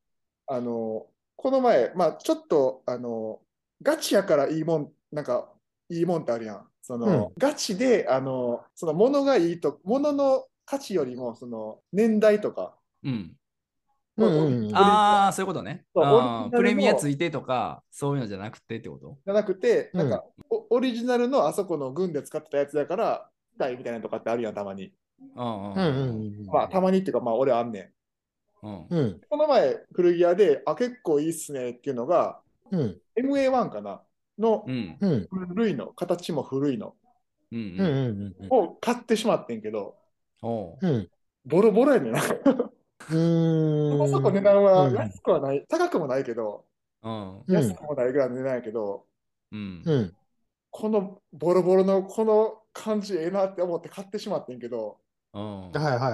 [SPEAKER 2] あの、この前、まあ、ちょっと、あの、ガチやからいいもん、なんか、いいもんってあるやん。その、ガチで、あの、その、物がいいと、物の価値よりも、その、年代とか、
[SPEAKER 1] うん。
[SPEAKER 3] うんうんうん。
[SPEAKER 1] ああ、そういうことね。
[SPEAKER 2] そう
[SPEAKER 1] あ
[SPEAKER 2] オリジナル
[SPEAKER 1] ー
[SPEAKER 2] の
[SPEAKER 1] プレミアついてとか、そういうのじゃなくてってこと
[SPEAKER 2] じゃなくて、
[SPEAKER 3] うん
[SPEAKER 2] なんか、おオリジナルのあそこの軍で使ってたやつだから、たいみたいなのとかってあるやん、たまに。
[SPEAKER 1] あ
[SPEAKER 3] う
[SPEAKER 1] あ
[SPEAKER 3] んうんうんうん。
[SPEAKER 2] まあ、たまにっていうか、まあ、俺はあんねん。
[SPEAKER 1] うん。
[SPEAKER 3] うん。
[SPEAKER 2] この前、古着屋で、あ、結構いいっすねっていうのが、
[SPEAKER 3] うん。
[SPEAKER 2] MA1 かなの
[SPEAKER 1] うん。
[SPEAKER 3] うん。
[SPEAKER 2] 古いの、形も古いの
[SPEAKER 1] うん。
[SPEAKER 3] う
[SPEAKER 1] う
[SPEAKER 3] ん
[SPEAKER 1] ん。
[SPEAKER 3] うんうん
[SPEAKER 2] を買ってしまってんけど、
[SPEAKER 1] おう
[SPEAKER 3] うん。
[SPEAKER 2] ボロボロやねんな。そ
[SPEAKER 3] うん。
[SPEAKER 2] こそこ値段は
[SPEAKER 3] うん
[SPEAKER 2] 安くはない、高くもないけど、
[SPEAKER 1] うん。
[SPEAKER 3] うん
[SPEAKER 2] 安くもないぐらいの値段やけど、
[SPEAKER 1] うん。
[SPEAKER 3] うん。
[SPEAKER 2] このボロボロのこの感じええなって思って買ってしまってんけど、
[SPEAKER 1] うん
[SPEAKER 3] はいはいはいはいはい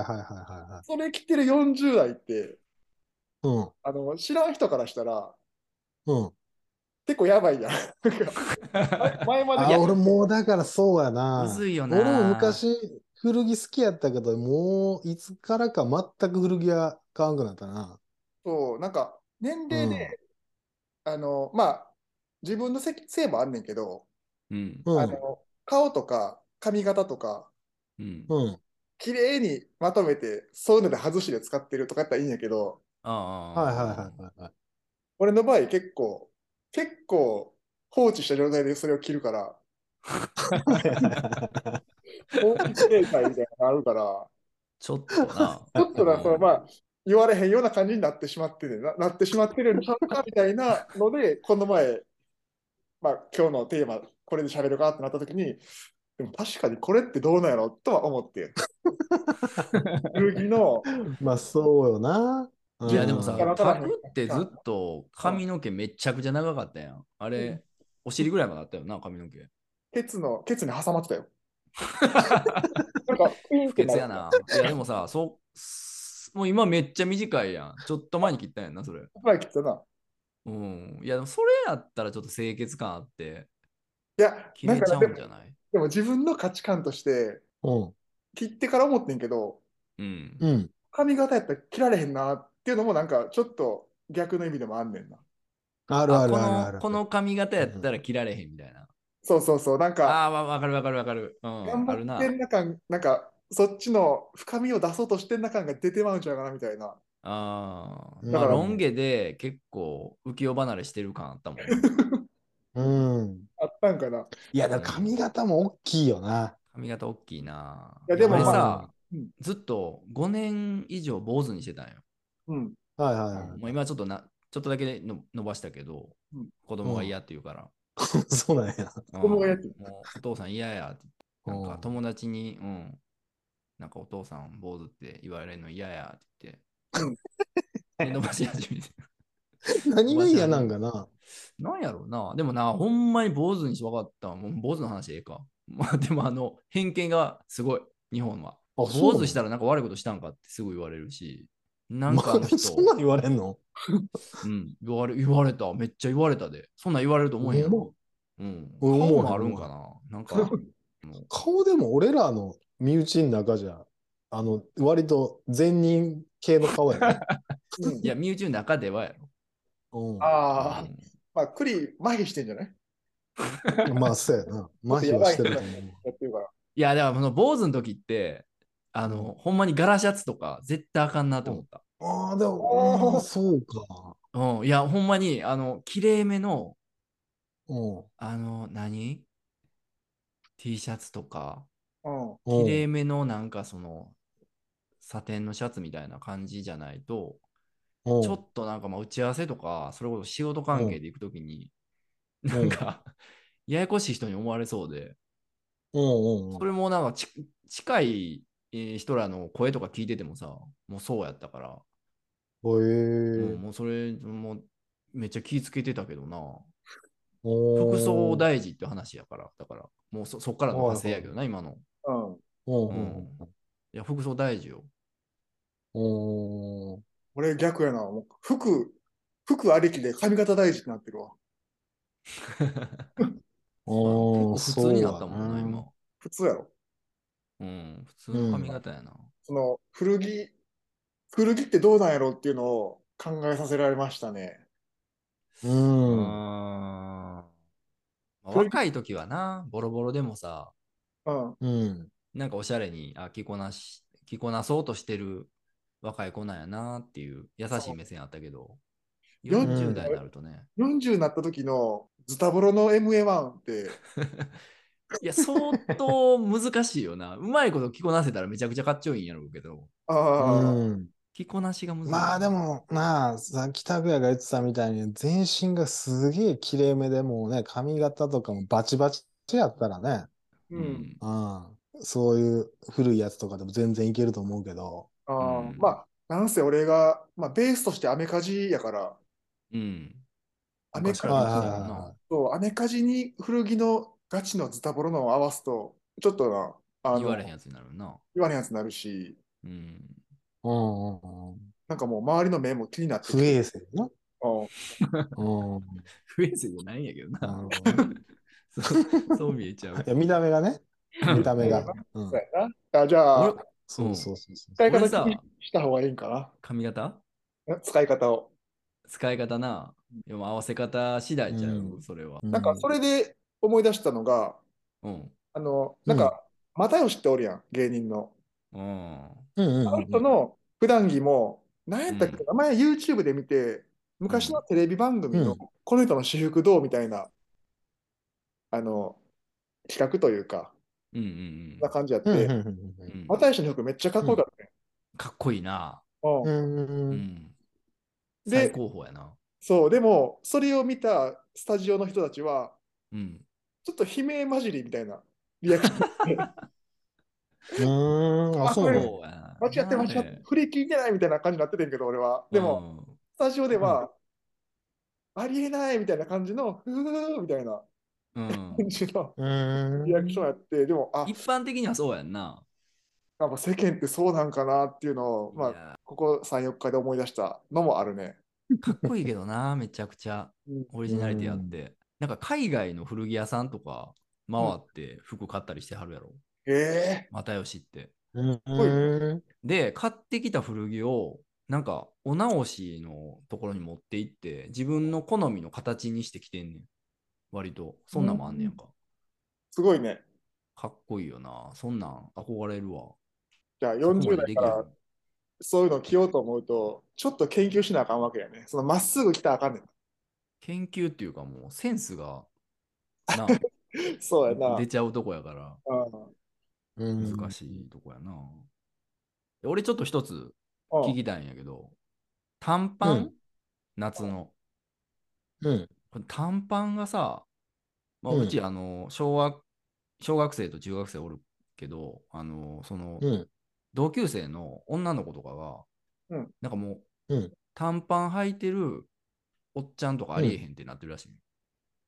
[SPEAKER 3] はい。
[SPEAKER 2] それ着てる40代って、
[SPEAKER 3] うん。
[SPEAKER 2] あの知らん人からしたら、
[SPEAKER 3] うん。
[SPEAKER 2] 結構やばいやん。 なんか前まで
[SPEAKER 3] あ、俺もうだからそうやな。
[SPEAKER 1] むずいよな。
[SPEAKER 3] 俺も昔、古着好きやったけど、もういつからか全く古着は買わんくなったな。
[SPEAKER 2] そう、なんか、年齢で、あの、まあ、自分のせせいもあんねんけど、
[SPEAKER 1] うん。
[SPEAKER 3] うん
[SPEAKER 2] あの、顔とか髪型とか、
[SPEAKER 1] うん。
[SPEAKER 3] うん。
[SPEAKER 2] 綺麗にまとめて、そういうので外しで使ってるとかやったらいいんやけど、
[SPEAKER 1] ああ。
[SPEAKER 3] はいはいはいはいはい。
[SPEAKER 2] 俺の場合結構、結構放置した状態でそれを着るから、放置状態みたいなのがあるから、
[SPEAKER 1] ちょっとな。
[SPEAKER 2] ちょっとな、そのまあ、言われへんような感じになってしまってるななってしまってるんちゃうかみたいなので、この前、まあ、今日のテーマ、これで喋るかってなった時に、でも確かにこれってどうなんやろとは思って。古着の、
[SPEAKER 3] まあそうよな。
[SPEAKER 1] いやでもさ、
[SPEAKER 2] うん
[SPEAKER 1] タクってずっと髪の毛めちゃくちゃ長かったやん。あ
[SPEAKER 2] う
[SPEAKER 1] れ、お尻ぐらいまであったよな、髪の毛。
[SPEAKER 2] ケツの、ケツに挟まってたよ。なんか、
[SPEAKER 1] 不潔やな。いやでもさ、そう、もう今めっちゃ短いやん。ちょっと前に切ったんやんな、それ。
[SPEAKER 2] 前切ったな。
[SPEAKER 1] うん。いや、でもそれやったらちょっと清潔感あって、
[SPEAKER 2] いや、
[SPEAKER 1] 切
[SPEAKER 2] なん
[SPEAKER 1] れち
[SPEAKER 2] か
[SPEAKER 1] ゃ
[SPEAKER 2] で
[SPEAKER 1] うん
[SPEAKER 2] も
[SPEAKER 1] じゃない
[SPEAKER 2] でも自分の価値観として、
[SPEAKER 3] うん。
[SPEAKER 2] 切ってから思ってんけど、
[SPEAKER 1] うん。
[SPEAKER 3] うん。
[SPEAKER 2] 髪型やったら切られへんなっていうのもなんかちょっと逆の意味でもあんねんな。
[SPEAKER 3] あるあ
[SPEAKER 1] あこ
[SPEAKER 3] るあるあ
[SPEAKER 1] の
[SPEAKER 3] る。
[SPEAKER 1] この髪型やったら切られへんみたいな。
[SPEAKER 2] そうそうそう、なんか
[SPEAKER 1] ああ、わわかるわかるわかる。うん。ある
[SPEAKER 2] 頑張
[SPEAKER 1] な
[SPEAKER 2] って。んな感、なんかそっちの深みを出そうとしてんな感が出てまうんちゃうかなみたいな。
[SPEAKER 1] ああ。
[SPEAKER 3] だ
[SPEAKER 1] ま
[SPEAKER 2] か
[SPEAKER 1] あ、
[SPEAKER 2] ら
[SPEAKER 1] ロン毛で結構浮世離れしてる感あったもん。
[SPEAKER 3] うん。
[SPEAKER 2] あったんかな。
[SPEAKER 3] いや、でも髪型も大きいよな。
[SPEAKER 1] 髪型大きいな。
[SPEAKER 2] いやでも
[SPEAKER 1] 俺
[SPEAKER 2] まあ
[SPEAKER 1] さ、
[SPEAKER 2] うん
[SPEAKER 1] ずっと5年以上坊主にしてたんよ。
[SPEAKER 2] うん。
[SPEAKER 3] はいはいは
[SPEAKER 1] もう今ちょっとな、ちょっとだけの伸ばしたけど
[SPEAKER 2] うん、
[SPEAKER 1] 子供が嫌って言うから。
[SPEAKER 3] い。そうなんや。
[SPEAKER 1] うん
[SPEAKER 2] 子供が嫌って
[SPEAKER 1] もうお父さん嫌やって。なんか友達に、うん、なんかお父さん坊主って言われるの嫌やって言って。 で伸ばし始めて。
[SPEAKER 3] 何が嫌なんかな。
[SPEAKER 1] なんやろうな。でもな、ほんまに坊主にし分かった。もう坊主の話ええか。まあでもあの、偏見がすごい、日本は。
[SPEAKER 3] あ、
[SPEAKER 1] 坊
[SPEAKER 3] な
[SPEAKER 1] 主
[SPEAKER 3] の
[SPEAKER 1] したらなんか悪いことしたんかってすぐ言われるし、なんかあの
[SPEAKER 3] まあ
[SPEAKER 1] 人、
[SPEAKER 3] そんなん言われんの
[SPEAKER 1] うん、言われ言われた、めっちゃ言われたで。そんなん言われると思うやろ。うん。
[SPEAKER 3] 俺思う
[SPEAKER 1] 顔もあるんかな。なんか、もう
[SPEAKER 3] 顔でも俺らの身内の中じゃ、あの、割と善人系の顔や ね。
[SPEAKER 2] うん
[SPEAKER 1] いや、身内の中ではやろ。
[SPEAKER 3] うん。
[SPEAKER 2] ああ
[SPEAKER 1] う、ん
[SPEAKER 2] まあ、栗、麻痺してんじゃない
[SPEAKER 3] まあ、そうやな。麻痺はしてると思う。
[SPEAKER 2] やってるから。
[SPEAKER 1] いや、だからその坊主の時って、あの、ほんまにガラシャツとか絶対あかんなと思った。
[SPEAKER 3] ああ、でも、
[SPEAKER 2] あー
[SPEAKER 3] あーそうか。
[SPEAKER 1] うん、いや、ほんまに、あの、きれいめの、
[SPEAKER 3] うん。
[SPEAKER 1] あの、何 ?T シャツとか、
[SPEAKER 2] うん。
[SPEAKER 1] きれいめのなんかその、サテンのシャツみたいな感じじゃないと、
[SPEAKER 3] うん
[SPEAKER 1] ちょっとなんかまあ打ち合わせとか、それこそ仕事関係で行くときに、 なんか、ややこしい人に思われそうで、
[SPEAKER 3] うんうん
[SPEAKER 1] それもなんかち近いえー人らの声とか聞いててもさ、もうそうやったから、
[SPEAKER 3] うん。へ
[SPEAKER 1] うん
[SPEAKER 3] え。
[SPEAKER 1] もうそれもうめっちゃ気ぃつけてたけどな、
[SPEAKER 3] 服
[SPEAKER 1] 服装大事って話やから、だから、もうそそっからの派生やけどな、今の。
[SPEAKER 2] うん。
[SPEAKER 3] うんう
[SPEAKER 1] いや、服装大事 よ。
[SPEAKER 3] んうん。うん
[SPEAKER 2] 俺逆やな。もう服、服ありきで髪型大事になってるわ。
[SPEAKER 1] 結
[SPEAKER 3] ああ、そ
[SPEAKER 1] 構普
[SPEAKER 3] う
[SPEAKER 1] 通に
[SPEAKER 3] や
[SPEAKER 1] なったもんな、今。
[SPEAKER 2] 普通やろ。
[SPEAKER 1] うん、普通の髪型やな。
[SPEAKER 2] その古着、古着ってどうなんやろっていうのを考えさせられましたね。
[SPEAKER 1] う
[SPEAKER 3] うん。
[SPEAKER 1] んまあ、
[SPEAKER 2] それ
[SPEAKER 1] 若い時はな、ボロボロでもさ、
[SPEAKER 2] うん。
[SPEAKER 3] うん。
[SPEAKER 1] なんかおしゃれにあ着こなし着こなそうとしてる若い子なんやなっていう優しい目線あったけど、
[SPEAKER 2] そう
[SPEAKER 1] 40代になるとね。
[SPEAKER 2] 40になった時のズタボロの MA1 って、
[SPEAKER 1] いや、相当難しいよな。うまいこと着こなせたらめちゃくちゃかっちょいいんやろうけど、
[SPEAKER 2] ああ、
[SPEAKER 3] うん
[SPEAKER 1] 着こなしが難しい。
[SPEAKER 3] まあでも、まあ、さっき拓也が言ってたみたいに、全身がすげえ綺麗めでもうね、髪型とかもバチバチやったらね、
[SPEAKER 1] う、
[SPEAKER 2] うんん。
[SPEAKER 3] うん、そういう古いやつとかでも全然いけると思うけど、
[SPEAKER 2] あ
[SPEAKER 1] う
[SPEAKER 2] ー
[SPEAKER 1] ん
[SPEAKER 2] まあ、なんせ俺が、まあ、ベースとしてアメカジやから、
[SPEAKER 1] うん。
[SPEAKER 2] アメ
[SPEAKER 1] 昔か
[SPEAKER 2] カ
[SPEAKER 1] ら
[SPEAKER 2] ジ
[SPEAKER 1] の
[SPEAKER 3] はいはいはい
[SPEAKER 1] な
[SPEAKER 2] と、アメカジに古着のガチのズタボロのを合わすと、ちょっとな、あの
[SPEAKER 1] 言われへんやつになるな。
[SPEAKER 2] 言われへんやつになるし、
[SPEAKER 1] うん。
[SPEAKER 3] うんうんうん、
[SPEAKER 2] なんかもう周りの目も気になってき
[SPEAKER 3] 不
[SPEAKER 2] て、
[SPEAKER 3] 衛生な。
[SPEAKER 2] うん
[SPEAKER 3] うん、うん
[SPEAKER 1] 不衛生じゃないんやけどな。そうそう見えちゃう
[SPEAKER 3] い。や見た目がね、見た目が。うん
[SPEAKER 2] そうやなあじゃあ
[SPEAKER 1] 俺、
[SPEAKER 3] そうそうそうそう。
[SPEAKER 2] 使い
[SPEAKER 1] 俺
[SPEAKER 2] 方
[SPEAKER 1] さ
[SPEAKER 2] 気にした方がいいんか
[SPEAKER 1] 髪型
[SPEAKER 2] な使い方を。
[SPEAKER 1] 使い方な。でも合わせ方次第じゃん、
[SPEAKER 3] うん
[SPEAKER 1] それは。
[SPEAKER 2] なんか、それで思い出したのが、
[SPEAKER 1] うん。
[SPEAKER 2] あの、なんか、又吉っておるやん、芸人の。
[SPEAKER 1] うん。
[SPEAKER 3] うんうんうん
[SPEAKER 2] あの人の普段着も、なんやったっけ、名前 YouTube で見て、昔のテレビ番組の、
[SPEAKER 3] うん
[SPEAKER 2] この人の私服どうみたいな、あの、企画というか、
[SPEAKER 1] うんうん
[SPEAKER 2] な感じやって、
[SPEAKER 3] うんうんう
[SPEAKER 1] う
[SPEAKER 3] ん
[SPEAKER 1] んうん。
[SPEAKER 2] 又吉の服めっちゃかっこよかったね。
[SPEAKER 1] かっこいいな。
[SPEAKER 2] うん
[SPEAKER 3] うんうんうんう
[SPEAKER 1] うんん。
[SPEAKER 2] で
[SPEAKER 1] 最高峰やな。
[SPEAKER 2] そう、でも、それを見たスタジオの人たちは、
[SPEAKER 1] うん。
[SPEAKER 2] ちょっと悲鳴混じりみたいなリアクションで
[SPEAKER 3] うーん。あ、そう
[SPEAKER 2] こ
[SPEAKER 3] な
[SPEAKER 2] れ
[SPEAKER 3] の
[SPEAKER 1] うやな
[SPEAKER 2] 間違って 間違って、振り切れないみたいな感じになっててんけど、俺は。でも、、スタジオでは、ありえないみたいな感じの、ふーみたいな
[SPEAKER 1] うんうん
[SPEAKER 2] 感じの
[SPEAKER 3] うーん。
[SPEAKER 2] リアクションやって、でも、あ、
[SPEAKER 1] 一般的にはそうやんな。
[SPEAKER 2] やっぱ世間ってそうなんかなっていうのを、ま
[SPEAKER 1] い
[SPEAKER 2] あ、
[SPEAKER 1] や
[SPEAKER 2] ここ3、4日で思い出したのもあるね。
[SPEAKER 1] かっこいいけどな、めちゃくちゃ
[SPEAKER 2] うん
[SPEAKER 1] オリジナリティあって。なんか海外の古着屋さんとか回って服買ったりしてはるやろ。
[SPEAKER 2] へえ
[SPEAKER 1] 又吉って。
[SPEAKER 3] うん
[SPEAKER 2] ごいね
[SPEAKER 3] うん
[SPEAKER 1] で、買ってきた古着を、なんかお直しのところに持って行って、自分の好みの形にしてきてんねん。割と。そんなんもあんねやんか。
[SPEAKER 2] すごいね。
[SPEAKER 1] かっこいいよな。そんなん憧れるわ。
[SPEAKER 2] じゃあ
[SPEAKER 1] そこ
[SPEAKER 2] 40
[SPEAKER 1] までで
[SPEAKER 2] 代か
[SPEAKER 1] きる
[SPEAKER 2] らそういうの着ようと思うと、ちょっと研究しなあかんわけやね。そのまっすぐ着たらあかんねん。
[SPEAKER 1] 研究っていうかもうセンス がな
[SPEAKER 2] そうやな。
[SPEAKER 1] 出ちゃうとこやから
[SPEAKER 2] うん
[SPEAKER 3] うん
[SPEAKER 1] 難しいとこやな。俺ちょっと一つ
[SPEAKER 2] うん
[SPEAKER 1] 聞きたいんやけど、短パン、
[SPEAKER 3] うん
[SPEAKER 1] 夏の。
[SPEAKER 3] うん。
[SPEAKER 1] これ短パンがさ、まあ、
[SPEAKER 3] うん
[SPEAKER 1] うちあの小学、小学生と中学生おるけど、あのその
[SPEAKER 3] うん。
[SPEAKER 1] 同級生の女の子とかが、
[SPEAKER 2] うん
[SPEAKER 1] なんかもう、
[SPEAKER 3] うん
[SPEAKER 1] 短パン履いてるおっちゃんとかありえへんってなってるらし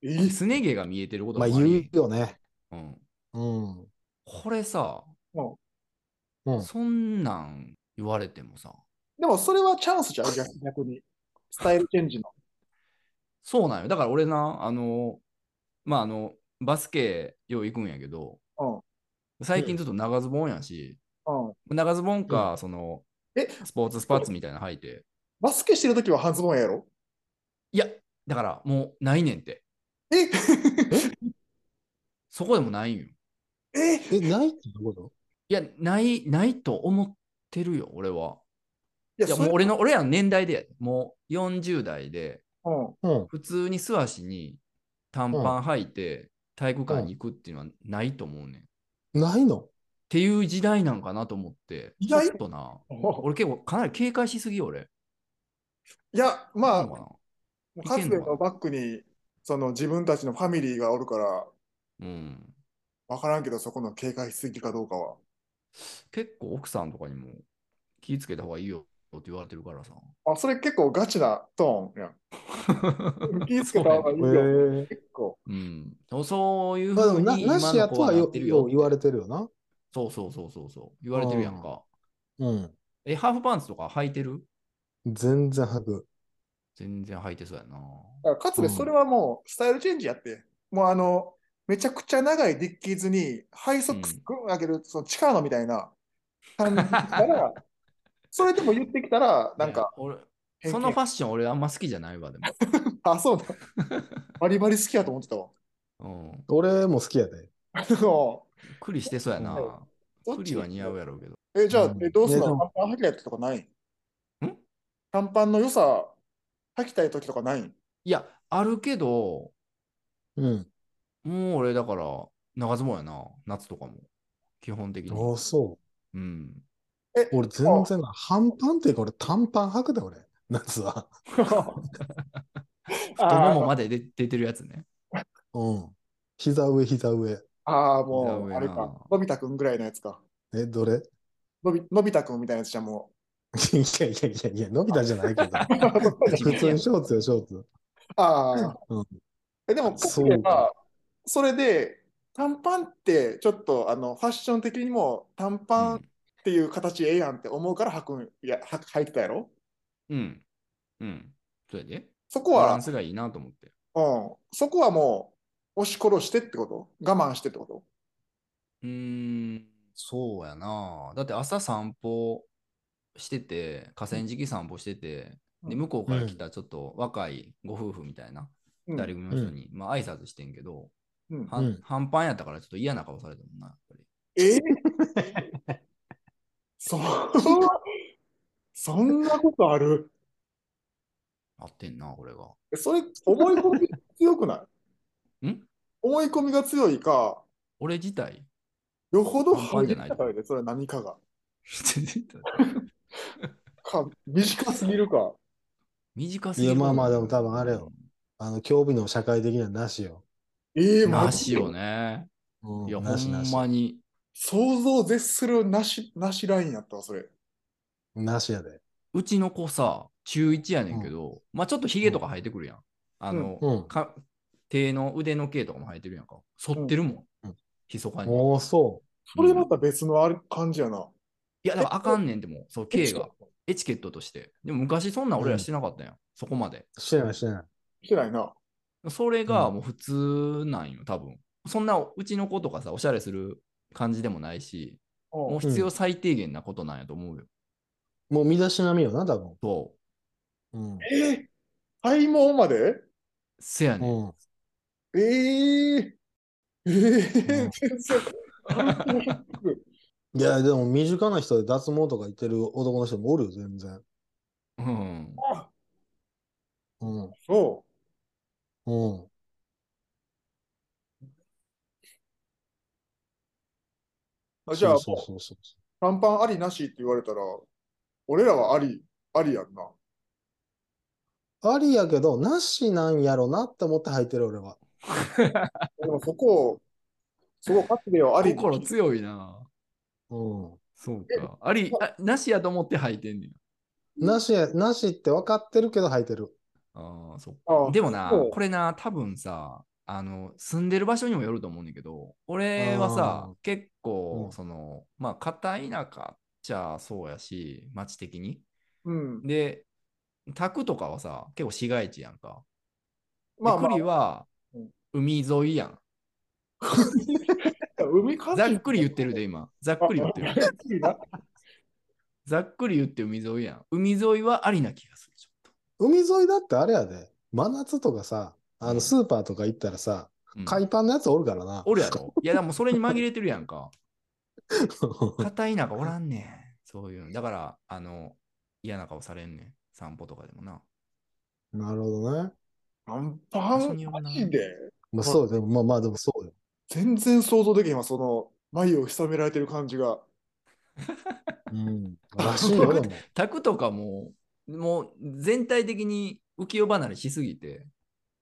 [SPEAKER 1] い。
[SPEAKER 2] いいっす
[SPEAKER 1] すね毛が見えてること
[SPEAKER 3] ま
[SPEAKER 1] が
[SPEAKER 3] あ
[SPEAKER 1] ありえへ
[SPEAKER 3] 言
[SPEAKER 1] ん
[SPEAKER 3] うよね。
[SPEAKER 1] うん、
[SPEAKER 3] うん。
[SPEAKER 1] これさ、
[SPEAKER 2] うん
[SPEAKER 3] うん
[SPEAKER 1] そんなん言われてもさ、
[SPEAKER 2] でもそれはチャンスじゃん、逆逆に。スタイルチェンジの。
[SPEAKER 1] そうなんよ。だから俺な、あの、まああの、バスケよう行くんやけど、最近ちょっと長ズボンやし、
[SPEAKER 2] うん。うん。
[SPEAKER 1] 長ズボンか、その、
[SPEAKER 2] え
[SPEAKER 1] スポーツスパッツみたいなの履いて、
[SPEAKER 2] バスケしてるときは半ズボンやろ
[SPEAKER 1] いや、だからもうないねんって。
[SPEAKER 2] え
[SPEAKER 1] そこでもないんよ。
[SPEAKER 2] え
[SPEAKER 3] え、ないってどういうこ
[SPEAKER 1] いや、ない、ないと思ってるよ、俺は。
[SPEAKER 2] いや
[SPEAKER 1] いや、
[SPEAKER 2] そ
[SPEAKER 1] もう
[SPEAKER 2] れ
[SPEAKER 1] 俺の、俺らの年代でやで、もう40代で、
[SPEAKER 2] うん。
[SPEAKER 3] と
[SPEAKER 1] 普通に素足に短パン履いて体育館に行くっていうのはないと思うねん。っ
[SPEAKER 3] うん。ないの
[SPEAKER 1] ていう時代なんかなと思って、
[SPEAKER 2] 意
[SPEAKER 1] ちょ
[SPEAKER 2] 外
[SPEAKER 1] っとな、俺結構かなり警戒しすぎよ、俺。
[SPEAKER 2] いや、まあ、
[SPEAKER 1] そうかな
[SPEAKER 2] かつてのバックにその自分たちのファミリーがおるから
[SPEAKER 1] うん、
[SPEAKER 2] 分からんけどそこの警戒しすぎかどうかは
[SPEAKER 1] 結構奥さんとかにも気ぃつけた方がいいよって言われてるからさ。
[SPEAKER 2] あそれ結構ガチなトーンや ん気ぃつけた方がいい
[SPEAKER 3] え
[SPEAKER 2] よ
[SPEAKER 3] ー。
[SPEAKER 2] 結構
[SPEAKER 1] うん、そうそういう
[SPEAKER 3] ま
[SPEAKER 1] ふ
[SPEAKER 3] あで
[SPEAKER 1] う
[SPEAKER 3] もな、
[SPEAKER 1] に今
[SPEAKER 3] なしや
[SPEAKER 1] の
[SPEAKER 3] と
[SPEAKER 1] 子は
[SPEAKER 3] は
[SPEAKER 1] な
[SPEAKER 3] よ
[SPEAKER 1] ってる
[SPEAKER 3] よ
[SPEAKER 1] よ
[SPEAKER 3] う言われてるよな。
[SPEAKER 1] そうそうそうそうそう言われてるやんか。
[SPEAKER 3] うん。
[SPEAKER 1] え、ハーフパンツとか履いてる
[SPEAKER 3] 全然履く。
[SPEAKER 1] 全然履いてそうやな。
[SPEAKER 2] だからかつてそれはもうスタイルチェンジやってもうあのめちゃくちゃ長いディッキーズにハイソックスグン上げる、その力のみたいな感じだ からそれでも言ってきたらなん
[SPEAKER 1] いや
[SPEAKER 2] か
[SPEAKER 1] 俺、
[SPEAKER 2] 偏見
[SPEAKER 1] そのファッション俺あんま好きじゃないわ、で
[SPEAKER 2] あそうだバリバリ好きやと思ってたわ
[SPEAKER 1] も。うん
[SPEAKER 3] 俺も好きやで。
[SPEAKER 2] あの
[SPEAKER 1] クリしてそうやな
[SPEAKER 2] はい。ど
[SPEAKER 1] ク
[SPEAKER 2] っ
[SPEAKER 1] リ
[SPEAKER 2] ち
[SPEAKER 1] は似合うやろうけど。
[SPEAKER 2] え、じゃあ、
[SPEAKER 3] うん
[SPEAKER 2] えどうする
[SPEAKER 3] いやで
[SPEAKER 2] の
[SPEAKER 3] も
[SPEAKER 2] 短パン履きたいとかないん短パンの良さ履きたい時とかないん
[SPEAKER 1] いや、あるけど、
[SPEAKER 3] うん。
[SPEAKER 1] もう俺だから、長ズボンやな、夏とかも。基本的に。
[SPEAKER 3] ああ、そう。
[SPEAKER 1] うん。
[SPEAKER 3] 俺全然ない。半パンっていうか俺短パン履くで俺。夏は。
[SPEAKER 1] 太もも
[SPEAKER 2] あ
[SPEAKER 1] まで出出てるやつね。
[SPEAKER 3] うん。膝上、膝上。
[SPEAKER 2] あー、もう、
[SPEAKER 1] 膝上な
[SPEAKER 2] あれか。のび太くんぐらいのやつか。
[SPEAKER 3] え、どれ い
[SPEAKER 2] のびのび太くんみたいなやつじゃんも
[SPEAKER 3] やいやいやいや、伸びたじゃないけど。 普通にショーツよ、ショーツ。
[SPEAKER 2] う。ああ。
[SPEAKER 3] うん
[SPEAKER 2] え、でも、かつ
[SPEAKER 3] そう
[SPEAKER 2] ては、それで、短パンって、ちょっと、あの、ファッション的にも、短パンっ
[SPEAKER 1] う
[SPEAKER 2] ていう形ええやんって思うから履くん、いや、は履いてたやろ
[SPEAKER 1] ん。うん。うん。それで、
[SPEAKER 2] そこ
[SPEAKER 1] バラ
[SPEAKER 2] は
[SPEAKER 1] ン、スがいいなと思って。
[SPEAKER 2] うん、そこはもう、押し殺してってこと我慢してってこと
[SPEAKER 1] うーん、そうやな。だって朝散歩してて、河川敷散歩してて、で、
[SPEAKER 2] うん
[SPEAKER 1] 向こうから来たちょっと若いご夫婦みたいな、
[SPEAKER 2] うん
[SPEAKER 1] 誰組の人に、まあ挨拶してんけど、
[SPEAKER 2] うん
[SPEAKER 1] は
[SPEAKER 3] うん
[SPEAKER 1] 半パンやったからちょっと嫌な顔されたもんな、やっぱり。
[SPEAKER 2] えそそんなことある
[SPEAKER 1] 合ってんな、これが。
[SPEAKER 2] それ、思い込み強くない
[SPEAKER 1] ん
[SPEAKER 2] 思い込みが強いか、
[SPEAKER 1] 俺自体
[SPEAKER 2] よほど
[SPEAKER 1] 半端
[SPEAKER 2] 入
[SPEAKER 1] じ
[SPEAKER 2] り
[SPEAKER 1] ゃない
[SPEAKER 2] 方やで、それは何かが。か短すぎるか。
[SPEAKER 1] 短すぎる。
[SPEAKER 3] いやまあまあでも多分あれよ。あの、興味の社会的にはなしよ。
[SPEAKER 2] ええマ
[SPEAKER 1] な
[SPEAKER 2] ジ
[SPEAKER 1] しよね。
[SPEAKER 3] うん、
[SPEAKER 1] いや、ほ
[SPEAKER 3] なしなんし。
[SPEAKER 1] まに。
[SPEAKER 2] 想像を絶するなし、なしラインやったわ、それ。
[SPEAKER 3] なしやで。
[SPEAKER 1] うちの子さ、中1やねんけど、まあちょっとヒゲとか生えてくるやん。あの、
[SPEAKER 3] うん。
[SPEAKER 1] か手の腕の毛とかも生えてるやんか。剃ってるもん。
[SPEAKER 3] うん
[SPEAKER 1] ひそかに。
[SPEAKER 3] おお、そ
[SPEAKER 2] それまた別のあれ感じやな。
[SPEAKER 1] いや、だからあかんねんでも、そう、毛
[SPEAKER 2] し
[SPEAKER 1] が。エチケットとして。でも昔そんなん俺らしてなかったやん。そこまで。
[SPEAKER 3] う。してない、してない。
[SPEAKER 2] てないな。
[SPEAKER 1] それがもう普通なんよ、多分。そんなうちの子とかさ、おしゃれする感じでもないし、もう必要最低限なことなんやと思うよ。
[SPEAKER 3] もう身だしなみよな、多分。
[SPEAKER 1] そう。
[SPEAKER 3] うん。
[SPEAKER 2] ええ体毛まで
[SPEAKER 1] せやねん。
[SPEAKER 3] うん。
[SPEAKER 2] ええええ
[SPEAKER 3] うん
[SPEAKER 2] 全然。
[SPEAKER 3] いや、でも身近な人で脱毛とか言ってる男の人もおるよ、全然。
[SPEAKER 1] うん。
[SPEAKER 3] うん。
[SPEAKER 2] そ
[SPEAKER 3] うん。
[SPEAKER 2] う。あじゃあ、
[SPEAKER 3] そうそうそうそ
[SPEAKER 2] 短パンありなしって言われたら、俺らはあり、ありやんな。
[SPEAKER 3] う。ありやけど、なしなんやろなって思って履いてる、俺は。
[SPEAKER 2] でもそこ を、そこ勝つでよ、あり。
[SPEAKER 1] 心強いな。
[SPEAKER 3] うん。
[SPEAKER 1] そうか。あり、あなしやと思って履いてんねん。
[SPEAKER 3] なしや、なしって分かってるけど履いてる。
[SPEAKER 1] ああ、そっ
[SPEAKER 2] あ
[SPEAKER 1] か。でもな、
[SPEAKER 2] そう
[SPEAKER 1] これな、多分さ、あの、住んでる場所にもよると思うねんだけど、俺は
[SPEAKER 3] あ
[SPEAKER 1] さ
[SPEAKER 3] ー、
[SPEAKER 1] 結構
[SPEAKER 3] う、ん
[SPEAKER 1] その、まあ、片田舎っちゃそうやし、町的に。
[SPEAKER 2] うん。
[SPEAKER 1] で、宅とかはさ、結構市街地やんか。ま
[SPEAKER 2] まあ
[SPEAKER 1] あ、
[SPEAKER 2] まあ
[SPEAKER 1] 栗は
[SPEAKER 2] うん
[SPEAKER 1] 海沿いやん。
[SPEAKER 2] 海風
[SPEAKER 1] ざっくり言ってるで、今。ざっくり言ってる。ざっくり言って海沿いやん。海沿いはありな気がする。ちょっと
[SPEAKER 3] 海沿いだってあれやで。真夏とかさ、あの、スーパーとか行ったらさ、
[SPEAKER 1] うん
[SPEAKER 3] 海パンのやつおるからな。
[SPEAKER 1] おるやろ。いや、でもそれに紛れてるやんか。
[SPEAKER 3] う
[SPEAKER 1] 片田舎おらんねん。そういうの。だから、あの、嫌な顔されんねん。散歩とかでもな。
[SPEAKER 3] んなるほどね。
[SPEAKER 2] 短パ
[SPEAKER 1] 場所
[SPEAKER 2] ン
[SPEAKER 1] によ
[SPEAKER 2] マ
[SPEAKER 1] るな
[SPEAKER 2] ジで
[SPEAKER 3] まあ
[SPEAKER 1] ほら
[SPEAKER 3] そうでも、まあまあでもそうよ。
[SPEAKER 2] 全然想像できへんわ、その眉を潜められてる感じが。
[SPEAKER 3] うん。らしいよ、でも。
[SPEAKER 1] 宅とかも、もう全体的に浮世離れしすぎて、